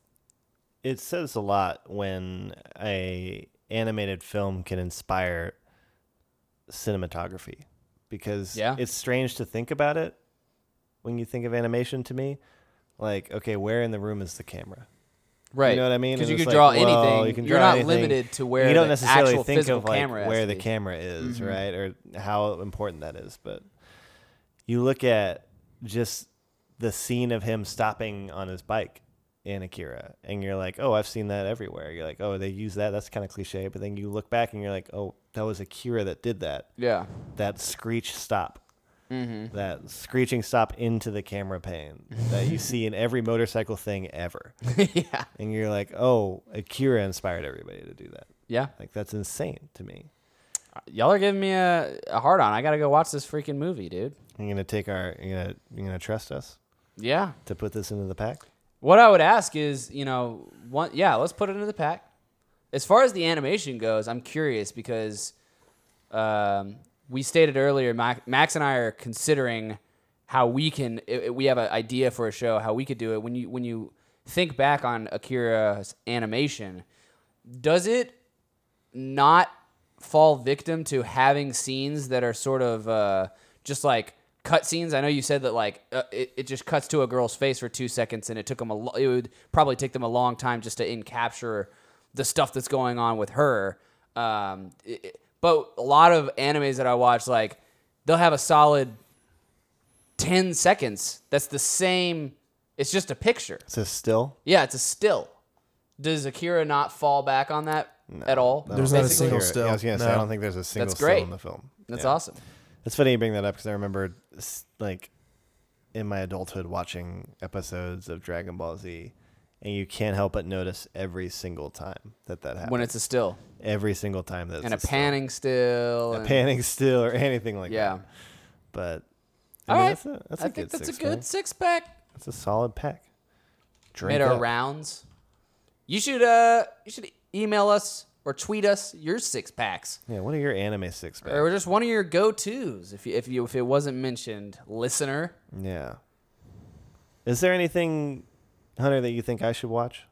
Speaker 3: it says a lot when a animated film can inspire cinematography because
Speaker 4: Yeah.
Speaker 3: it's strange to think about it when you think of animation to me like okay where in the room is the camera
Speaker 4: Right.
Speaker 3: you know what i mean
Speaker 4: Because
Speaker 3: And
Speaker 4: you
Speaker 3: it's
Speaker 4: can
Speaker 3: like,
Speaker 4: draw
Speaker 3: well,
Speaker 4: anything.
Speaker 3: you can
Speaker 4: are
Speaker 3: draw
Speaker 4: not
Speaker 3: anything.
Speaker 4: limited to where
Speaker 3: you don't
Speaker 4: the
Speaker 3: necessarily
Speaker 4: actual
Speaker 3: think
Speaker 4: physical
Speaker 3: of like
Speaker 4: camera Mm-hmm. has
Speaker 3: where
Speaker 4: to
Speaker 3: the
Speaker 4: be.
Speaker 3: camera is right or how important that is but you look at just the scene of him stopping on his bike in akira and you're like oh i've seen that everywhere you're like oh they use that that's kind of cliche but then you look back and you're like oh that was akira that did that
Speaker 4: Yeah.
Speaker 3: that screech stop
Speaker 4: Mm-hmm.
Speaker 3: that screeching stop into the camera pane that you see in every motorcycle thing ever
Speaker 4: yeah.
Speaker 3: and you're like, oh, Akira inspired everybody to do that.
Speaker 4: Yeah.
Speaker 3: Like that's insane to me.
Speaker 4: Y'all are giving me a, a hard on. I gotta go watch this freaking movie, dude.
Speaker 3: You're gonna take our, you're gonna, you're gonna trust us
Speaker 4: Yeah.
Speaker 3: to put this into the pack.
Speaker 4: What I would ask is, you know, one, yeah, let's put it into the pack. As far as the animation goes, I'm curious because um, we stated earlier, Mac, Max and I are considering how we can. i- i- we have an idea for a show how we could do it. When you when you think back on Akira's animation, does it not fall victim to having scenes that are sort of uh, just like cut scenes? I know you said that like uh, it, it just cuts to a girl's face for two seconds, and it took them a lo- it would probably take them a long time just to in capture the stuff that's going on with her. Um, it- it- but a lot of animes that I watch, like they'll have a solid ten seconds. That's the same. It's just a picture.
Speaker 3: It's a still.
Speaker 4: Yeah, it's a still. Does Akira not fall back on that at all?
Speaker 5: There's not a
Speaker 4: Basically?
Speaker 5: single
Speaker 3: You're-
Speaker 5: still.
Speaker 3: Yeah, I was gonna say, I
Speaker 5: No.
Speaker 3: don't think there's a single
Speaker 4: That's
Speaker 3: still
Speaker 4: great.
Speaker 3: in the film.
Speaker 4: That's
Speaker 3: Yeah.
Speaker 4: awesome.
Speaker 3: It's funny you bring that up because I remember, s- like, in my adulthood, watching episodes of Dragon Ball Z, and you can't help but notice every single time that that happens.
Speaker 4: When it's a still
Speaker 3: every single time that it's
Speaker 4: and a
Speaker 3: still.
Speaker 4: panning still, and-
Speaker 3: panning still, or anything like
Speaker 4: Yeah.
Speaker 3: that. But I
Speaker 4: All
Speaker 3: mean,
Speaker 4: right.
Speaker 3: that's a, that's
Speaker 4: I
Speaker 3: a
Speaker 4: think
Speaker 3: good
Speaker 4: that's
Speaker 3: six,
Speaker 4: a good
Speaker 3: man.
Speaker 4: six pack.
Speaker 3: That's a solid pack.
Speaker 4: Made
Speaker 3: Drink
Speaker 4: our
Speaker 3: up.
Speaker 4: rounds. You should uh you should email us or tweet us your six packs.
Speaker 3: Yeah, what are your anime six
Speaker 4: Or
Speaker 3: packs?
Speaker 4: just one of your go tos if you, if you if it wasn't mentioned, listener.
Speaker 3: Yeah. Is there anything, Hunter, that you think I should watch?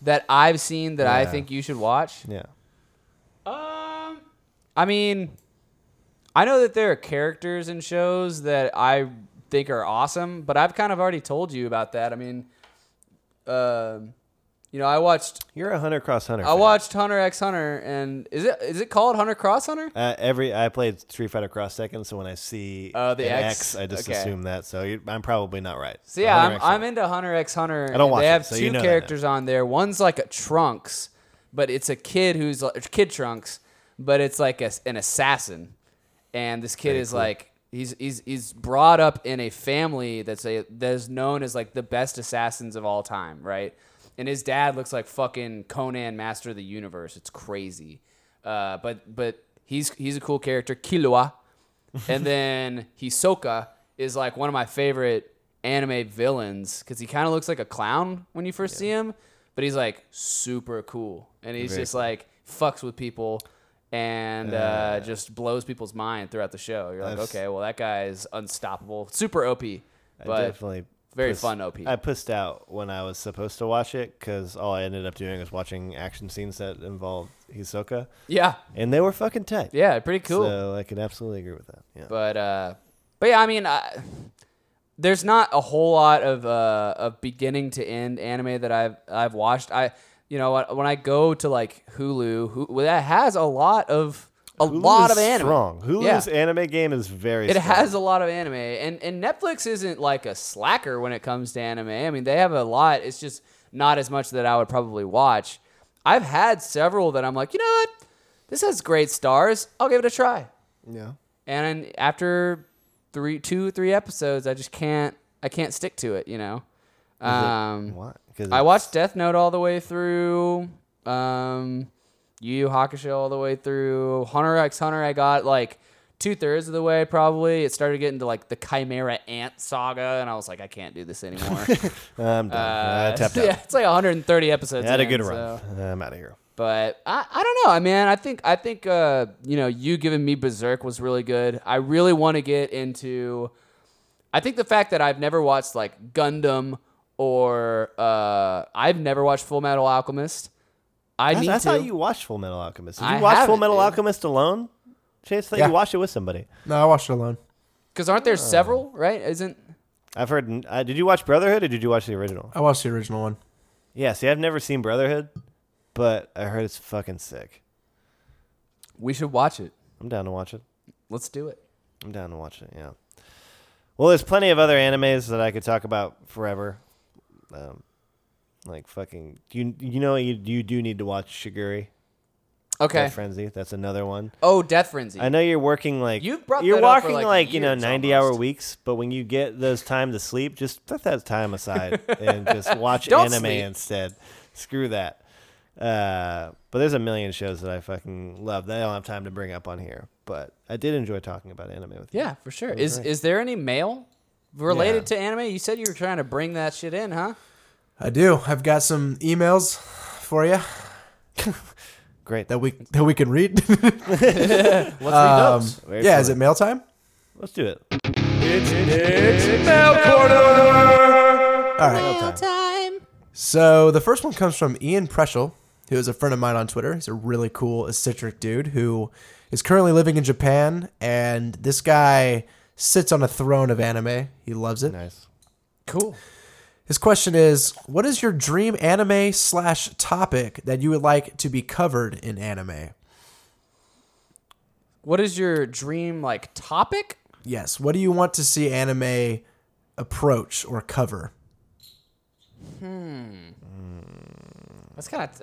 Speaker 4: That I've seen that I
Speaker 3: Yeah.
Speaker 4: think you should watch.
Speaker 3: Yeah.
Speaker 4: Um, I mean, I know that there are characters in shows that I think are awesome, but I've kind of already told you about that. I mean, um, you know, I watched
Speaker 3: You're a Hunter Cross Hunter.
Speaker 4: I
Speaker 3: fan.
Speaker 4: watched Hunter X Hunter, and is it is it called Hunter Cross Hunter?
Speaker 3: Uh, every I played Street Fighter Cross Tekken, so when I see
Speaker 4: Uh, the
Speaker 3: an
Speaker 4: X,
Speaker 3: X, I just
Speaker 4: okay.
Speaker 3: assume that. So you, I'm probably not right.
Speaker 4: So yeah, I'm,
Speaker 3: Hunter X
Speaker 4: I'm
Speaker 3: Hunter.
Speaker 4: into Hunter X Hunter.
Speaker 3: I don't
Speaker 4: and
Speaker 3: watch
Speaker 4: They
Speaker 3: it,
Speaker 4: have
Speaker 3: so
Speaker 4: two
Speaker 3: you know that now.
Speaker 4: characters on there. One's like a Trunks, but it's a kid who's like, kid Trunks, but it's like a, an assassin, and this kid is like he's he's he's brought up in a family that's a that's known as like the best assassins of all time, right? And his dad looks like fucking Conan, Master of the Universe. It's crazy, uh, but but he's he's a cool character, Killua and then Hisoka is like one of my favorite anime villains because he kind of looks like a clown when you first see him, but he's like super cool and he's
Speaker 3: Very
Speaker 4: just like fucks with people and uh, just blows people's mind throughout the show. You're like,
Speaker 3: I've s-
Speaker 4: okay, well that guy is unstoppable, super OP,
Speaker 3: I
Speaker 4: but
Speaker 3: definitely
Speaker 4: very
Speaker 3: puss-
Speaker 4: fun OP.
Speaker 3: I pushed out when I was supposed to watch it because all I ended up doing was watching action scenes that involved Hisoka,
Speaker 4: yeah,
Speaker 3: and they were fucking tight.
Speaker 4: yeah, pretty cool.
Speaker 3: So I can absolutely agree with that. Yeah.
Speaker 4: But uh, but yeah, I mean, I, there's not a whole lot of uh, of beginning to end anime that I've I've watched. I you know when I go to like Hulu, who well, that has a lot of a lot of
Speaker 3: Hulu's
Speaker 4: anime.
Speaker 3: Strong. Hulu's
Speaker 4: Yeah.
Speaker 3: anime game is very.
Speaker 4: It
Speaker 3: strong.
Speaker 4: has a lot of anime, and and Netflix isn't like a slacker when it comes to anime. I mean, they have a lot. It's just not as much that I would probably watch. I've had several that I'm like, you know what, this has great stars. I'll give it a try
Speaker 3: Yeah.
Speaker 4: and after three two three episodes i just can't i can't stick to it you know um
Speaker 3: What? Because
Speaker 4: i watched death note all the way through um yu yu hakusho all the way through hunter x hunter i got like two-thirds of the way probably it started getting to like the chimera ant saga and i was like i can't do this anymore
Speaker 3: I'm done. I tapped out.
Speaker 4: uh, yeah it's like 130 episodes
Speaker 3: I had a
Speaker 4: in,
Speaker 3: good
Speaker 4: so-
Speaker 3: run. I'm out of here.
Speaker 4: but I, I don't know, man. I think I think uh, you know you giving me Berserk was really good. I really want to get into. I think the fact that I've never watched like Gundam or uh, I've never watched Full Metal Alchemist. I
Speaker 3: I,
Speaker 4: need
Speaker 3: I
Speaker 4: to.
Speaker 3: thought you watched Full Metal Alchemist. Did you
Speaker 4: I
Speaker 3: watch Full
Speaker 4: haven't,
Speaker 3: Metal
Speaker 4: dude.
Speaker 3: Alchemist alone? Chase, I thought
Speaker 5: Yeah.
Speaker 3: you watched it with somebody.
Speaker 5: No, I watched it alone.
Speaker 4: Because aren't there several? Right? Isn't
Speaker 3: I've heard. Uh, did you watch Brotherhood or did you watch the original?
Speaker 5: I watched the original one.
Speaker 3: Yeah. See, I've never seen Brotherhood, but I heard it's fucking sick.
Speaker 4: we should watch it.
Speaker 3: I'm down to watch it.
Speaker 4: Let's do it.
Speaker 3: I'm down to watch it. Yeah. Well, there's plenty of other animes that I could talk about forever. Um, like fucking you. You know you you do need to watch Shiguri.
Speaker 4: Okay.
Speaker 3: Death Frenzy. That's another one.
Speaker 4: Oh, Death Frenzy.
Speaker 3: I know you're working like
Speaker 4: You've brought
Speaker 3: you're
Speaker 4: that up for,
Speaker 3: walking
Speaker 4: like,
Speaker 3: you know
Speaker 4: years
Speaker 3: 90 hour
Speaker 4: almost.
Speaker 3: weeks, but when you get those time to sleep, just put that time aside and just watch
Speaker 4: Don't
Speaker 3: anime
Speaker 4: sleep.
Speaker 3: instead. Screw that. Uh, but there's a million shows that I fucking love that I don't have time to bring up on here, but I did enjoy talking about anime with you.
Speaker 4: Yeah, for sure. Is is there any male related to anime? You said you were trying to bring that shit in, huh?
Speaker 5: I do. I've got some emails for you
Speaker 3: Great.
Speaker 5: that we that we can read.
Speaker 4: Let's read those.
Speaker 3: Very
Speaker 5: Um, yeah,
Speaker 3: cool.
Speaker 5: is it mail time?
Speaker 3: Let's do it.
Speaker 5: All right.
Speaker 4: Time.
Speaker 5: So the first one comes from Ian Preschel, who is a friend of mine on Twitter. He's a really cool eccentric dude who is currently living in Japan, and this guy sits on a throne of anime. He loves it.
Speaker 3: Nice.
Speaker 5: Cool. His question is, what is your dream anime slash topic that you would like to be covered in anime?
Speaker 4: What is your dream like topic?
Speaker 5: Yes. What do you want to see anime approach or cover?
Speaker 4: That's kind of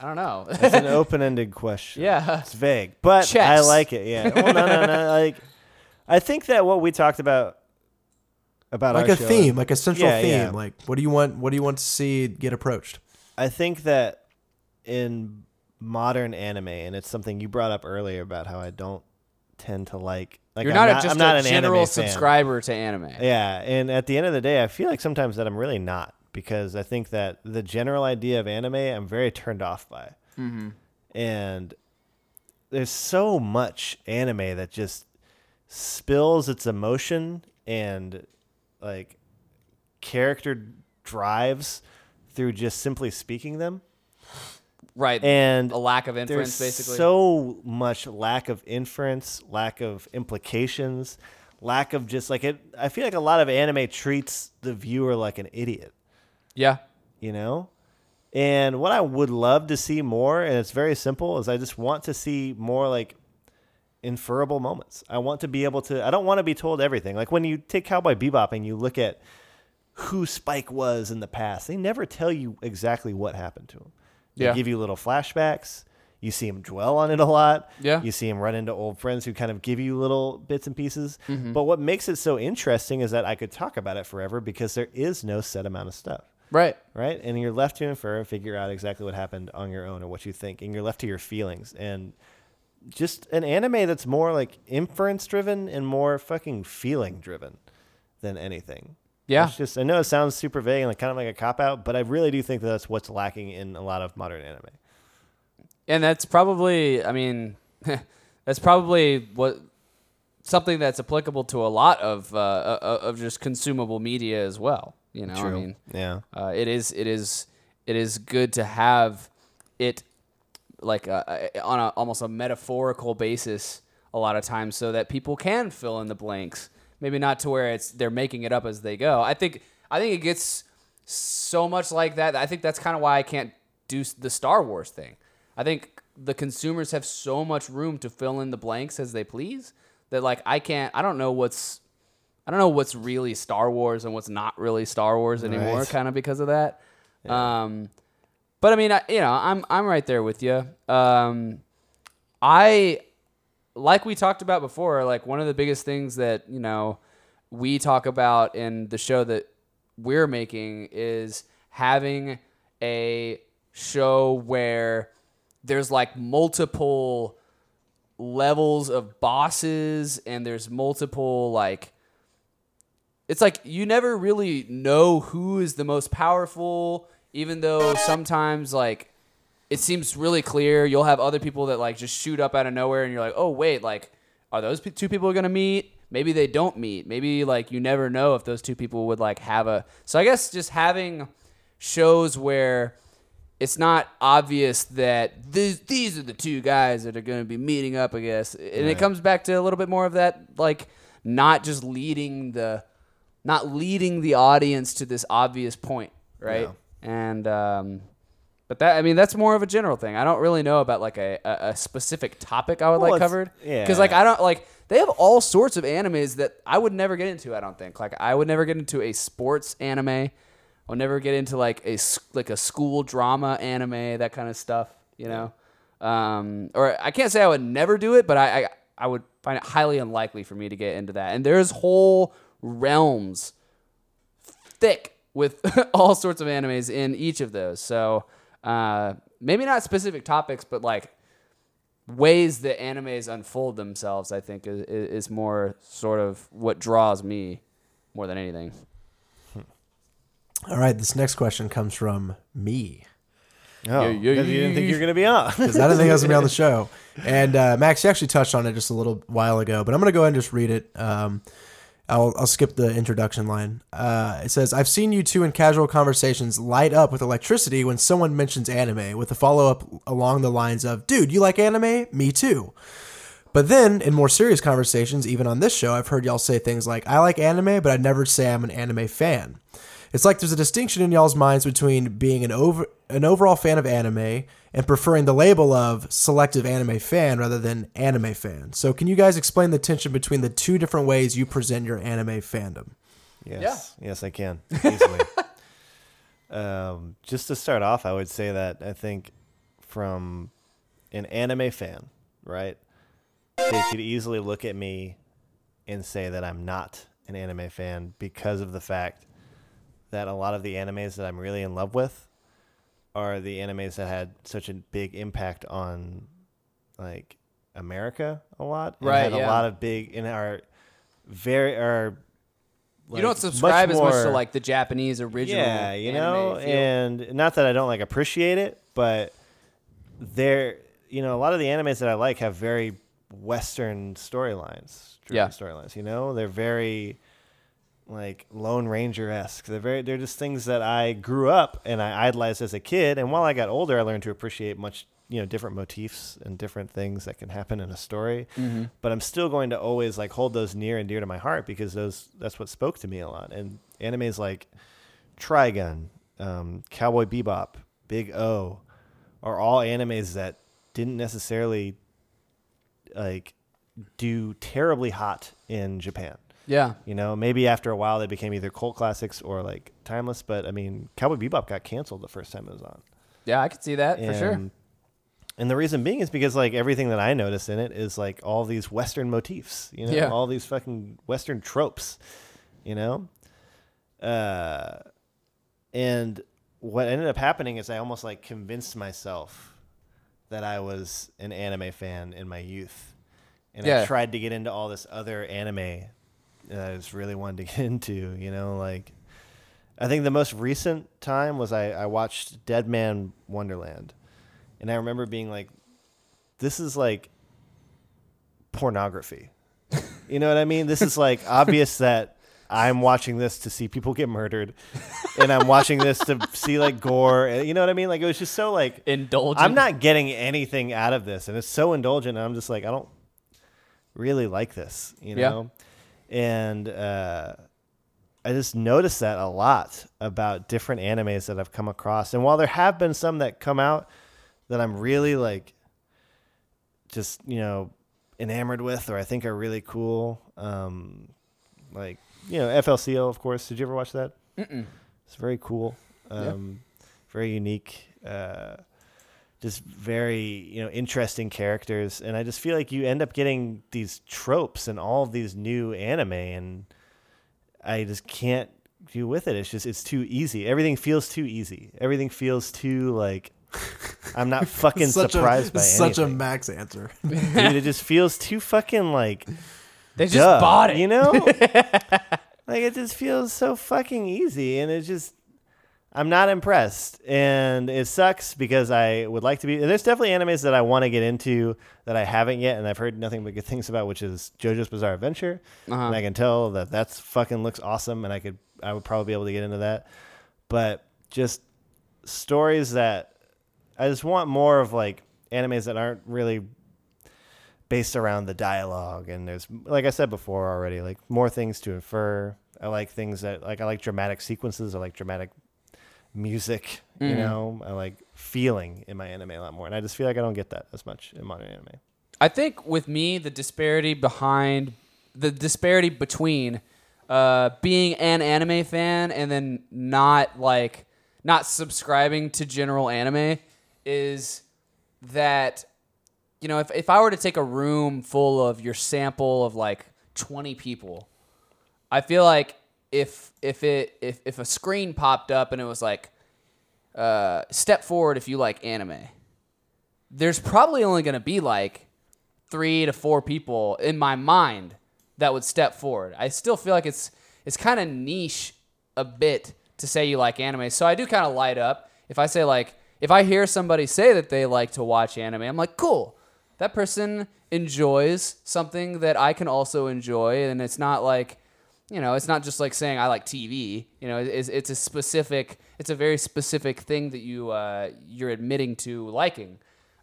Speaker 4: I don't know.
Speaker 3: It's an open-ended question.
Speaker 4: yeah.
Speaker 3: It's vague, but I
Speaker 4: Chess.
Speaker 3: like it. Yeah. Well, no, no, no. Like, I think that what we talked about about
Speaker 5: Like
Speaker 3: our
Speaker 5: a
Speaker 3: show-
Speaker 5: theme, like a central
Speaker 3: Yeah,
Speaker 5: theme.
Speaker 3: yeah.
Speaker 5: Like what do you want what do you want to see get approached?
Speaker 3: I think that in modern anime, and it's something you brought up earlier about how I don't tend to like. Like
Speaker 4: You're
Speaker 3: I'm
Speaker 4: not, a, just
Speaker 3: I'm not
Speaker 4: a
Speaker 3: an
Speaker 4: general
Speaker 3: anime fan.
Speaker 4: subscriber to anime.
Speaker 3: Yeah, and at the end of the day, I feel like sometimes that I'm really not because I think that the general idea of anime I'm very turned off by,
Speaker 4: Mm-hmm.
Speaker 3: and there's so much anime that just spills its emotion and like character drives through just simply speaking them
Speaker 4: Right.
Speaker 3: and
Speaker 4: a lack of
Speaker 3: there's
Speaker 4: inference, basically.
Speaker 3: so much lack of inference, lack of implications, lack of just like it. I feel like a lot of anime treats the viewer like an idiot,
Speaker 4: yeah.
Speaker 3: you know. And what I would love to see more, and it's very simple, is I just want to see more like inferable moments. I want to be able to. I don't want to be told everything. Like when you take Cowboy Bebop and you look at who Spike was in the past. They never tell you exactly what happened to him. They
Speaker 4: Yeah.
Speaker 3: give you little flashbacks. You see him dwell on it a lot.
Speaker 4: Yeah.
Speaker 3: You see him run into old friends who kind of give you little bits and pieces.
Speaker 4: Mm-hmm.
Speaker 3: But what makes it so interesting is that I could talk about it forever because there is no set amount of stuff.
Speaker 4: Right.
Speaker 3: Right? And you're left to infer and figure out exactly what happened on your own or what you think. And you're left to your feelings. And just an anime that's more like inference driven and more fucking feeling driven than anything.
Speaker 4: Yeah.
Speaker 3: It's just I know it sounds super vague and like kind of like a cop out, but I really do think that that's what's lacking in a lot of modern anime.
Speaker 4: and that's probably i mean that's probably what something that's applicable to a lot of uh, uh, of just consumable media as well you know i mean
Speaker 3: Yeah.
Speaker 4: uh, it is it is it is good to have it like uh, uh, on a, almost a metaphorical basis a lot of times so that people can fill in the blanks maybe not to where it's they're making it up as they go i think i think it gets so much like that i think that's kind of why i can't do s- the star wars thing i think the consumers have so much room to fill in the blanks as they please that like i can't i don't know what's I don't know what's really Star Wars and what's not really Star Wars anymore,
Speaker 3: Right.
Speaker 4: kind of because of that. Um, but I mean, I, you know, I'm I'm right there with you. Um, I like we talked about before, like one of the biggest things that you know we talk about in the show that we're making is having a show where there's like multiple levels of bosses and there's multiple like it's like you never really know who is the most powerful even though sometimes like it seems really clear you'll have other people that like just shoot up out of nowhere and you're like oh wait like are those p- two people going to meet maybe they don't meet maybe like you never know if those two people would like have a so i guess just having shows where it's not obvious that these these are the two guys that are going to be meeting up. I guess, and it comes back to a little bit more of that, like not just leading the, not leading the audience to this obvious point, right? And um, but that I mean that's more of a general thing. I don't really know about like a, a, a specific topic I would
Speaker 3: Well,
Speaker 4: like
Speaker 3: it's-
Speaker 4: covered,
Speaker 3: yeah.
Speaker 4: because like I don't like they have all sorts of animes that I would never get into. I don't think like I would never get into a sports anime. I'll never get into like a s- like a school drama anime that kind of stuff, you know. Um, or I can't say I would never do it, but I, I I would find it highly unlikely for me to get into that. And there's whole realms thick with all sorts of animes in each of those. So uh, maybe not specific topics, but like ways that animes unfold themselves. I think is, is is more sort of what draws me more than anything.
Speaker 5: All right, this next question comes from me.
Speaker 3: Oh,
Speaker 4: Yeah, yeah,
Speaker 3: because you didn't think you were gonna be on.
Speaker 5: because I didn't think I was gonna be on the show. And uh, Max, you actually touched on it just a little while ago, but I'm gonna go ahead and just read it. Um, I'll, I'll skip the introduction line. Uh, it says, I've seen you two in casual conversations light up with electricity when someone mentions anime, with a follow up along the lines of, Dude, you like anime? Me too. But then, in more serious conversations, even on this show, I've heard y'all say things like, I like anime, but I'd never say I'm an anime fan. It's like there's a distinction in y'all's minds between being an over an overall fan of anime and preferring the label of selective anime fan rather than anime fan. So can you guys explain the tension between the two different ways you present your anime fandom?
Speaker 3: Yes. Yes, I can easily. um, just to start off, I would say that I think from an anime fan, right? They could easily look at me and say that I'm not an anime fan because of the fact that a lot of the animes that I'm really in love with are the animes that had such a big impact on like America a lot. and
Speaker 4: Right,
Speaker 3: Had
Speaker 4: yeah.
Speaker 3: a lot of big in our very our
Speaker 4: you don't subscribe as much to like the Japanese original.
Speaker 3: yeah, you
Speaker 4: anime
Speaker 3: know,
Speaker 4: feel.
Speaker 3: and not that I don't like appreciate it, but they're you know a lot of the animes that I like have very Western storylines,
Speaker 4: Yeah.
Speaker 3: driven storylines. You know, they're very like Lone Ranger esque. They're very they're just things that I grew up and I idolized as a kid. And while I got older, I learned to appreciate much you know different motifs and different things that can happen in a story. But I'm still going to always like hold those near and dear to my heart because those that's what spoke to me a lot. And animes like Trigun, um, Cowboy Bebop, Big O are all animes that didn't necessarily like do terribly hot in Japan.
Speaker 4: yeah,
Speaker 3: You know, maybe after a while they became either cult classics or like timeless. But I mean, Cowboy Bebop got canceled the first time it was on.
Speaker 4: yeah, I could see that for sure.
Speaker 3: And- And the reason being is because like everything that I notice in it is like all these Western motifs, you know,
Speaker 4: Yeah.
Speaker 3: all these fucking Western tropes, you know. Uh, and what ended up happening is I almost like convinced myself that I was an anime fan in my youth, and
Speaker 4: Yeah.
Speaker 3: I tried to get into all this other anime that I just really wanted to get into, you know, like I think the most recent time was I, I watched Dead Man Wonderland. And I remember being like, this is like pornography. You know what I mean? This is like obvious that I'm watching this to see people get murdered and I'm watching this to see like gore. and- You know what I mean? Like it was just so like
Speaker 4: Indulgent.
Speaker 3: I'm not getting anything out of this, and it's so indulgent. And I'm just like, I don't really like this, you
Speaker 4: Yeah.
Speaker 3: know. And uh, I just noticed that a lot about different animes that I've come across. And while there have been some that come out that I'm really like, just you know, enamored with, or I think are really cool, um, like you know, FLCL, of course. Did you ever watch that? Mm-mm. It's very cool. Um, Very unique. Uh, just very you know interesting characters and i just feel like you end up getting these tropes and all of these new anime and i just can't do with it it's just it's too easy everything feels too easy everything feels too like i'm not fucking surprised
Speaker 5: a,
Speaker 3: by
Speaker 5: such a
Speaker 3: anything
Speaker 5: max answer.
Speaker 3: dude it just feels too fucking like
Speaker 4: They just
Speaker 3: duh,
Speaker 4: bought it.
Speaker 3: you know like it just feels so fucking easy and it's just i'm not impressed and it sucks because i would like to be there's definitely animes that i want to get into that i haven't yet and i've heard nothing but good things about which is jojo's bizarre adventure and i can tell that that's fucking looks awesome and i could i would probably be able to get into that but just stories that i just want more of like animes that aren't really based around the dialogue and there's like i said before already like more things to infer i like things that like i like dramatic sequences i like dramatic music
Speaker 4: Mm.
Speaker 3: you know i like feeling in my anime a lot more and i just feel like i don't get that as much in modern anime
Speaker 4: I think with me, the disparity behind the disparity between uh, being an anime fan and then not like not subscribing to general anime is that you know if, if I were to take a room full of your sample of like 20 people, I feel like if if it if if a screen popped up and it was like uh, step forward if you like anime there's probably only going to be like three to four people in my mind that would step forward. I still feel like it's it's kind of niche a bit to say you like anime. So I do kind of light up if I say like if I hear somebody say that they like to watch anime, I'm like, "Cool. That person enjoys something that I can also enjoy and it's not like you know, it's not just like saying I like TV. You know, it's, it's a specific, it's a very specific thing that you uh, you're admitting to liking.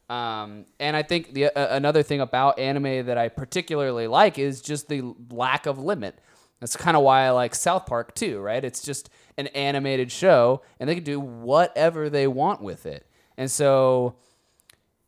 Speaker 4: Um, and I think the uh, another thing about anime that I particularly like is just the lack of limit. That's kind of why I like South Park too, right? It's just an animated show, and they can do whatever they want with it. And so,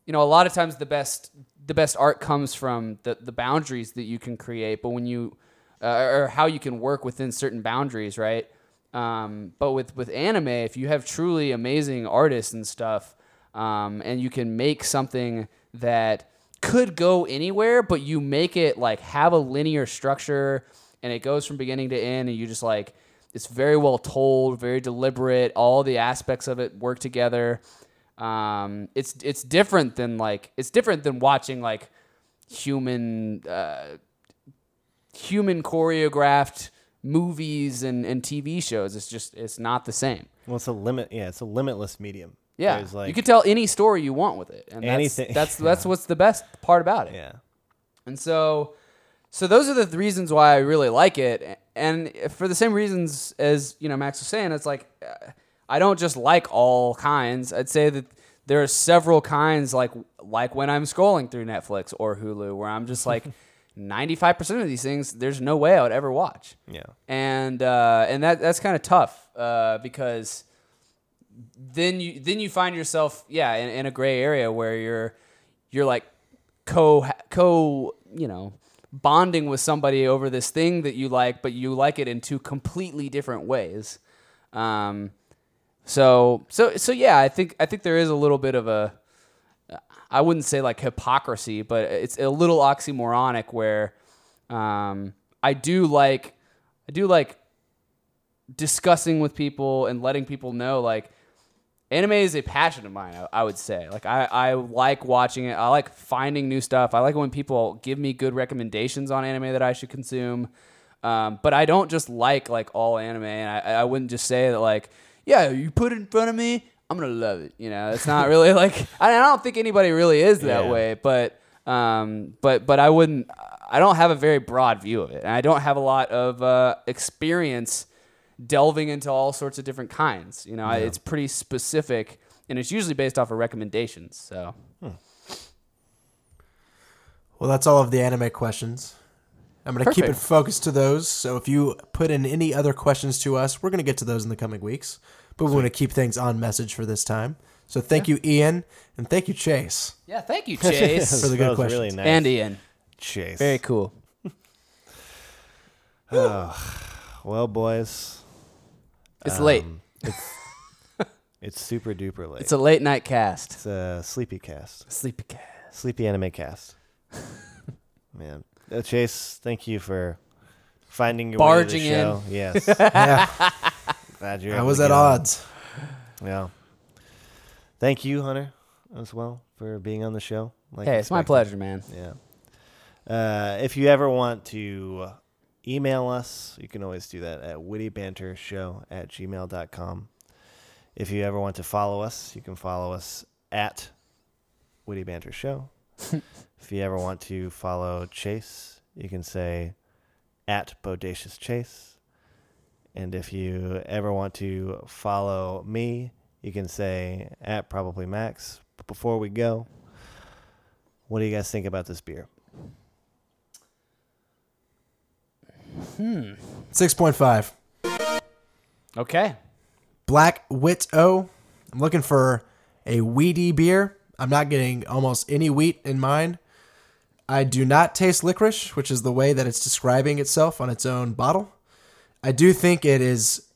Speaker 4: you know a lot of times the best the best art comes from the the boundaries that you can create but when you uh, or how you can work within certain boundaries right um, but with with anime if you have truly amazing artists and stuff um, and you can make something that could go anywhere but you make it like have a linear structure and it goes from beginning to end and you just like it's very well told very deliberate all the aspects of it work together um, it's it's different than like it's different than watching like human uh, human choreographed movies and, and TV shows. It's just it's not the same.
Speaker 3: Well, it's a limit. Yeah, it's a limitless medium.
Speaker 4: Yeah,
Speaker 3: There's, like,
Speaker 4: you can tell any story you want with it, and that's,
Speaker 3: Anything.
Speaker 4: That's that's what's the best part about it.
Speaker 3: yeah.
Speaker 4: And so, so those are the th- reasons why I really like it, and for the same reasons as you know Max was saying, it's like uh, I don't just like all kinds. I'd say that there are several kinds, like like when I'm scrolling through Netflix or Hulu, where I'm just like. 95% of these things there's no way I would ever watch.
Speaker 3: Yeah.
Speaker 4: And uh and that that's kind of tough uh because then you then you find yourself yeah in, in a gray area where you're you're like co co you know bonding with somebody over this thing that you like but you like it in two completely different ways um so so so yeah i think i think there is a little bit of a i wouldn't say like hypocrisy but it's a little oxymoronic where um i do like i do like discussing with people and letting people know like anime is a passion of mine I, I would say like I, I like watching it i like finding new stuff i like when people give me good recommendations on anime that i should consume um, but i don't just like like all anime and I, I wouldn't just say that like yeah you put it in front of me i'm gonna love it you know it's not really like I, I don't think anybody really is that
Speaker 3: Yeah.
Speaker 4: way but um, but but i wouldn't i don't have a very broad view of it and i don't have a lot of uh, experience delving into all sorts of different kinds. You know, I it's pretty specific, and it's usually based off of recommendations. So
Speaker 5: Well, that's all of the anime questions. I'm going to keep it
Speaker 4: Perfect.
Speaker 5: focused to those. So if you put in any other questions to us, we're going to get to those in the coming weeks. But we want to keep things on message for this time. So thank you, Ian, and thank you, Chase.
Speaker 4: yeah, thank you, Chase
Speaker 5: For the
Speaker 3: that
Speaker 5: good
Speaker 3: was
Speaker 5: questions.
Speaker 3: really nice.
Speaker 4: and Ian.
Speaker 3: Chase.
Speaker 4: Very cool.
Speaker 3: Well, boys,
Speaker 4: It's late.
Speaker 3: Um, it's super duper late.
Speaker 4: It's a late night cast.
Speaker 3: it's a sleepy cast.
Speaker 4: Sleepy cast.
Speaker 3: Sleepy Anime Cast. Man, Uh, Chase, thank you for finding your
Speaker 4: Barging
Speaker 3: way
Speaker 4: in.
Speaker 3: to the show. Yes,
Speaker 5: Yeah,
Speaker 3: glad you're.
Speaker 5: I
Speaker 3: able
Speaker 5: was
Speaker 3: to
Speaker 5: at
Speaker 3: get on.
Speaker 5: odds.
Speaker 3: Yeah. Thank you, Hunter, as well for being on the show. Like
Speaker 4: Hey, it's my
Speaker 3: expected.
Speaker 4: pleasure, man.
Speaker 3: Yeah. Uh, if you ever want to email us, you can always do that at wittybantershow at gmail.com. If you ever want to follow us, you can follow us at Witty Banter Show. if you ever want to follow Chase, you can say at Bodacious Chase. And if you ever want to follow me, you can say at probably Max. But before we go, what do you guys think about this beer?
Speaker 5: 6.5.
Speaker 4: Okay.
Speaker 5: Black Wit O. I'm looking for a weedy beer. I'm not getting almost any wheat in mine. I do not taste licorice, which is the way that it's describing itself on its own bottle. I do think it is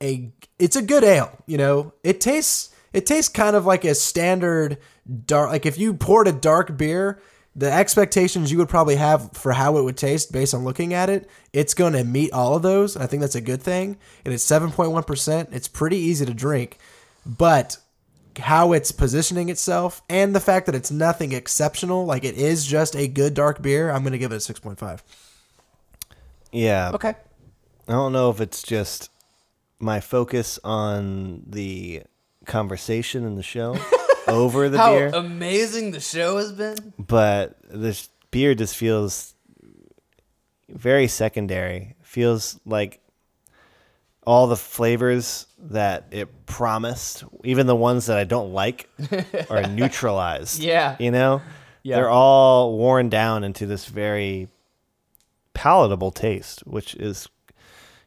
Speaker 5: a it's a good ale, you know. It tastes it tastes kind of like a standard dark like if you poured a dark beer, the expectations you would probably have for how it would taste based on looking at it, it's going to meet all of those, and I think that's a good thing. And it's 7.1%, it's pretty easy to drink, but how it's positioning itself and the fact that it's nothing exceptional, like it is just a good dark beer, I'm going to give it a 6.5.
Speaker 3: Yeah.
Speaker 4: Okay.
Speaker 3: I don't know if it's just my focus on the conversation in the show over the
Speaker 4: How
Speaker 3: beer,
Speaker 4: amazing the show has been.
Speaker 3: but this beer just feels very secondary. It feels like all the flavors that it promised, even the ones that I don't like, are neutralized.
Speaker 4: Yeah.
Speaker 3: You know?
Speaker 4: Yeah.
Speaker 3: They're all worn down into this very palatable taste, which is,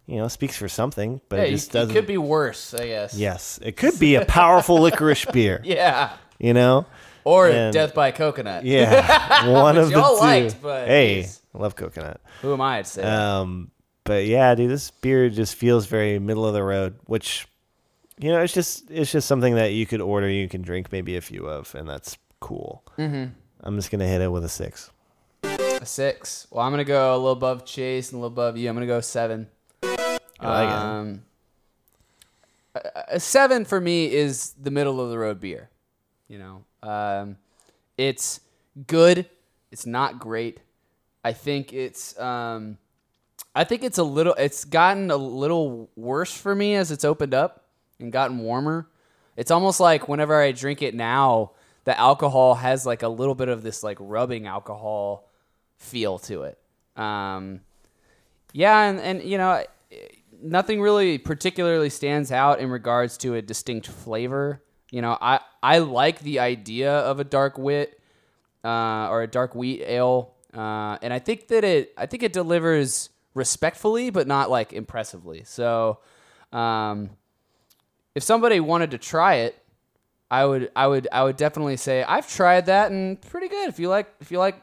Speaker 3: you know, speaks for something, but
Speaker 4: Yeah,
Speaker 3: it
Speaker 4: you-
Speaker 3: just
Speaker 4: it
Speaker 3: doesn't.
Speaker 4: could be worse, I guess.
Speaker 3: yes. It could be a powerful licorice beer,
Speaker 4: Yeah.
Speaker 3: you know?
Speaker 4: Or
Speaker 3: And-
Speaker 4: death by coconut.
Speaker 3: Yeah. One of the
Speaker 4: y'all
Speaker 3: two.
Speaker 4: liked, but
Speaker 3: hey,
Speaker 4: geez.
Speaker 3: I love coconut.
Speaker 4: Who am I to say? that?
Speaker 3: Um, but yeah, dude, this beer just feels very middle of the road, which you know, it's just it's just something that you could order, you can drink maybe a few of, and that's cool. Mm-hmm. I'm just gonna hit it with a six.
Speaker 4: a six. Well, I'm gonna go a little above Chase and a little above you. I'm gonna go seven.
Speaker 3: I like it.
Speaker 4: um, a- a seven for me is the middle of the road beer. You know, um, it's good. It's not great. I think it's. Um, I think it's a little. It's gotten a little worse for me as it's opened up and gotten warmer. It's almost like whenever I drink it now, the alcohol has like a little bit of this like rubbing alcohol feel to it. Um, yeah, and, and you know, nothing really particularly stands out in regards to a distinct flavor. You know, I I like the idea of a dark wit uh, or a dark wheat ale, uh, and I think that it I think it delivers respectfully, but not like impressively. So, um, if somebody wanted to try it, I would I would I would definitely say I've tried that and pretty good. If you like if you like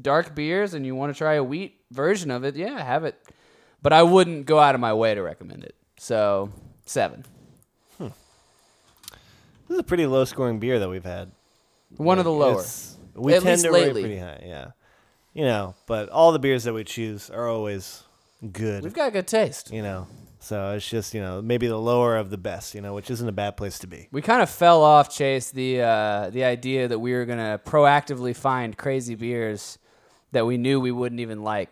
Speaker 4: dark beers and you want to try a wheat version of it, yeah, have it. But I wouldn't go out of my way to recommend it. So seven.
Speaker 3: This is a pretty low scoring beer that we've had.
Speaker 4: One of the lower.
Speaker 3: It's- we
Speaker 4: At
Speaker 3: tend
Speaker 4: least
Speaker 3: to
Speaker 4: lately.
Speaker 3: rate pretty high, yeah. You know, but all the beers that we choose are always good.
Speaker 4: We've got good taste.
Speaker 3: you know. So it's just, you know, maybe the lower of the best, you know, which isn't a bad place to be.
Speaker 4: We kind of fell off, Chase, the uh, the idea that we were gonna proactively find crazy beers that we knew we wouldn't even like.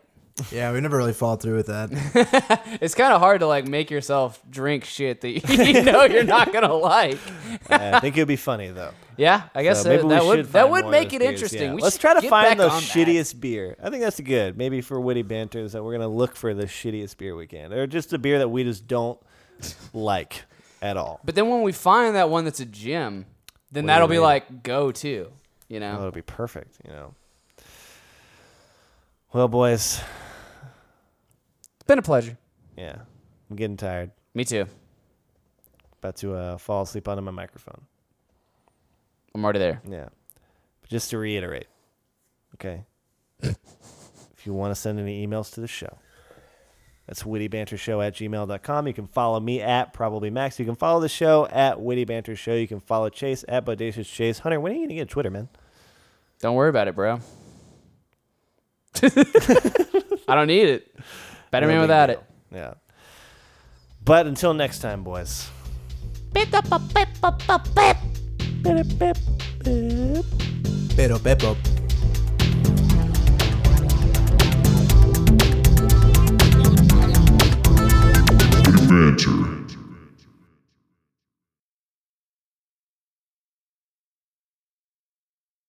Speaker 5: Yeah, we never really followed through with that.
Speaker 4: It's kind of hard to like make yourself drink shit that you know you're not gonna like.
Speaker 3: I think it would be funny though.
Speaker 4: Yeah, I guess
Speaker 3: So maybe
Speaker 4: uh, that,
Speaker 3: we
Speaker 4: that
Speaker 3: should
Speaker 4: would that
Speaker 3: find
Speaker 4: would
Speaker 3: more of
Speaker 4: make
Speaker 3: those
Speaker 4: it
Speaker 3: beers,
Speaker 4: interesting.
Speaker 3: yeah.
Speaker 4: We
Speaker 3: Let's
Speaker 4: should
Speaker 3: try to
Speaker 4: get back
Speaker 3: find the
Speaker 4: on that.
Speaker 3: shittiest beer. I think that's good. Maybe for witty banter is that we're gonna look for the shittiest beer we can, or just a beer that we just don't like at all.
Speaker 4: But then when we find that one that's a gym, then that'll be
Speaker 3: you
Speaker 4: like go to, you
Speaker 3: Oh,
Speaker 4: know.
Speaker 3: it'll be perfect, you know. Well, boys,
Speaker 4: It's been a pleasure.
Speaker 3: yeah, I'm getting tired.
Speaker 4: Me too.
Speaker 3: About to uh, fall asleep onto my microphone.
Speaker 4: I'm already there.
Speaker 3: Yeah. But just to reiterate, okay? if you want to send any emails to the show, that's wittybantershow at gmail.com. You can follow me at probably max. You can follow the show at wittybantershow. You can follow Chase at bodacious chase. Hunter, when are you going to get Twitter, man?
Speaker 4: Don't worry about it, bro. I don't need it. Better man
Speaker 3: No big
Speaker 4: without
Speaker 3: deal.
Speaker 4: it.
Speaker 3: Yeah. But until next time, boys.
Speaker 2: Bip, bip, bip, bip, bip, bip, bip.
Speaker 5: Pero Beppo.
Speaker 6: banter.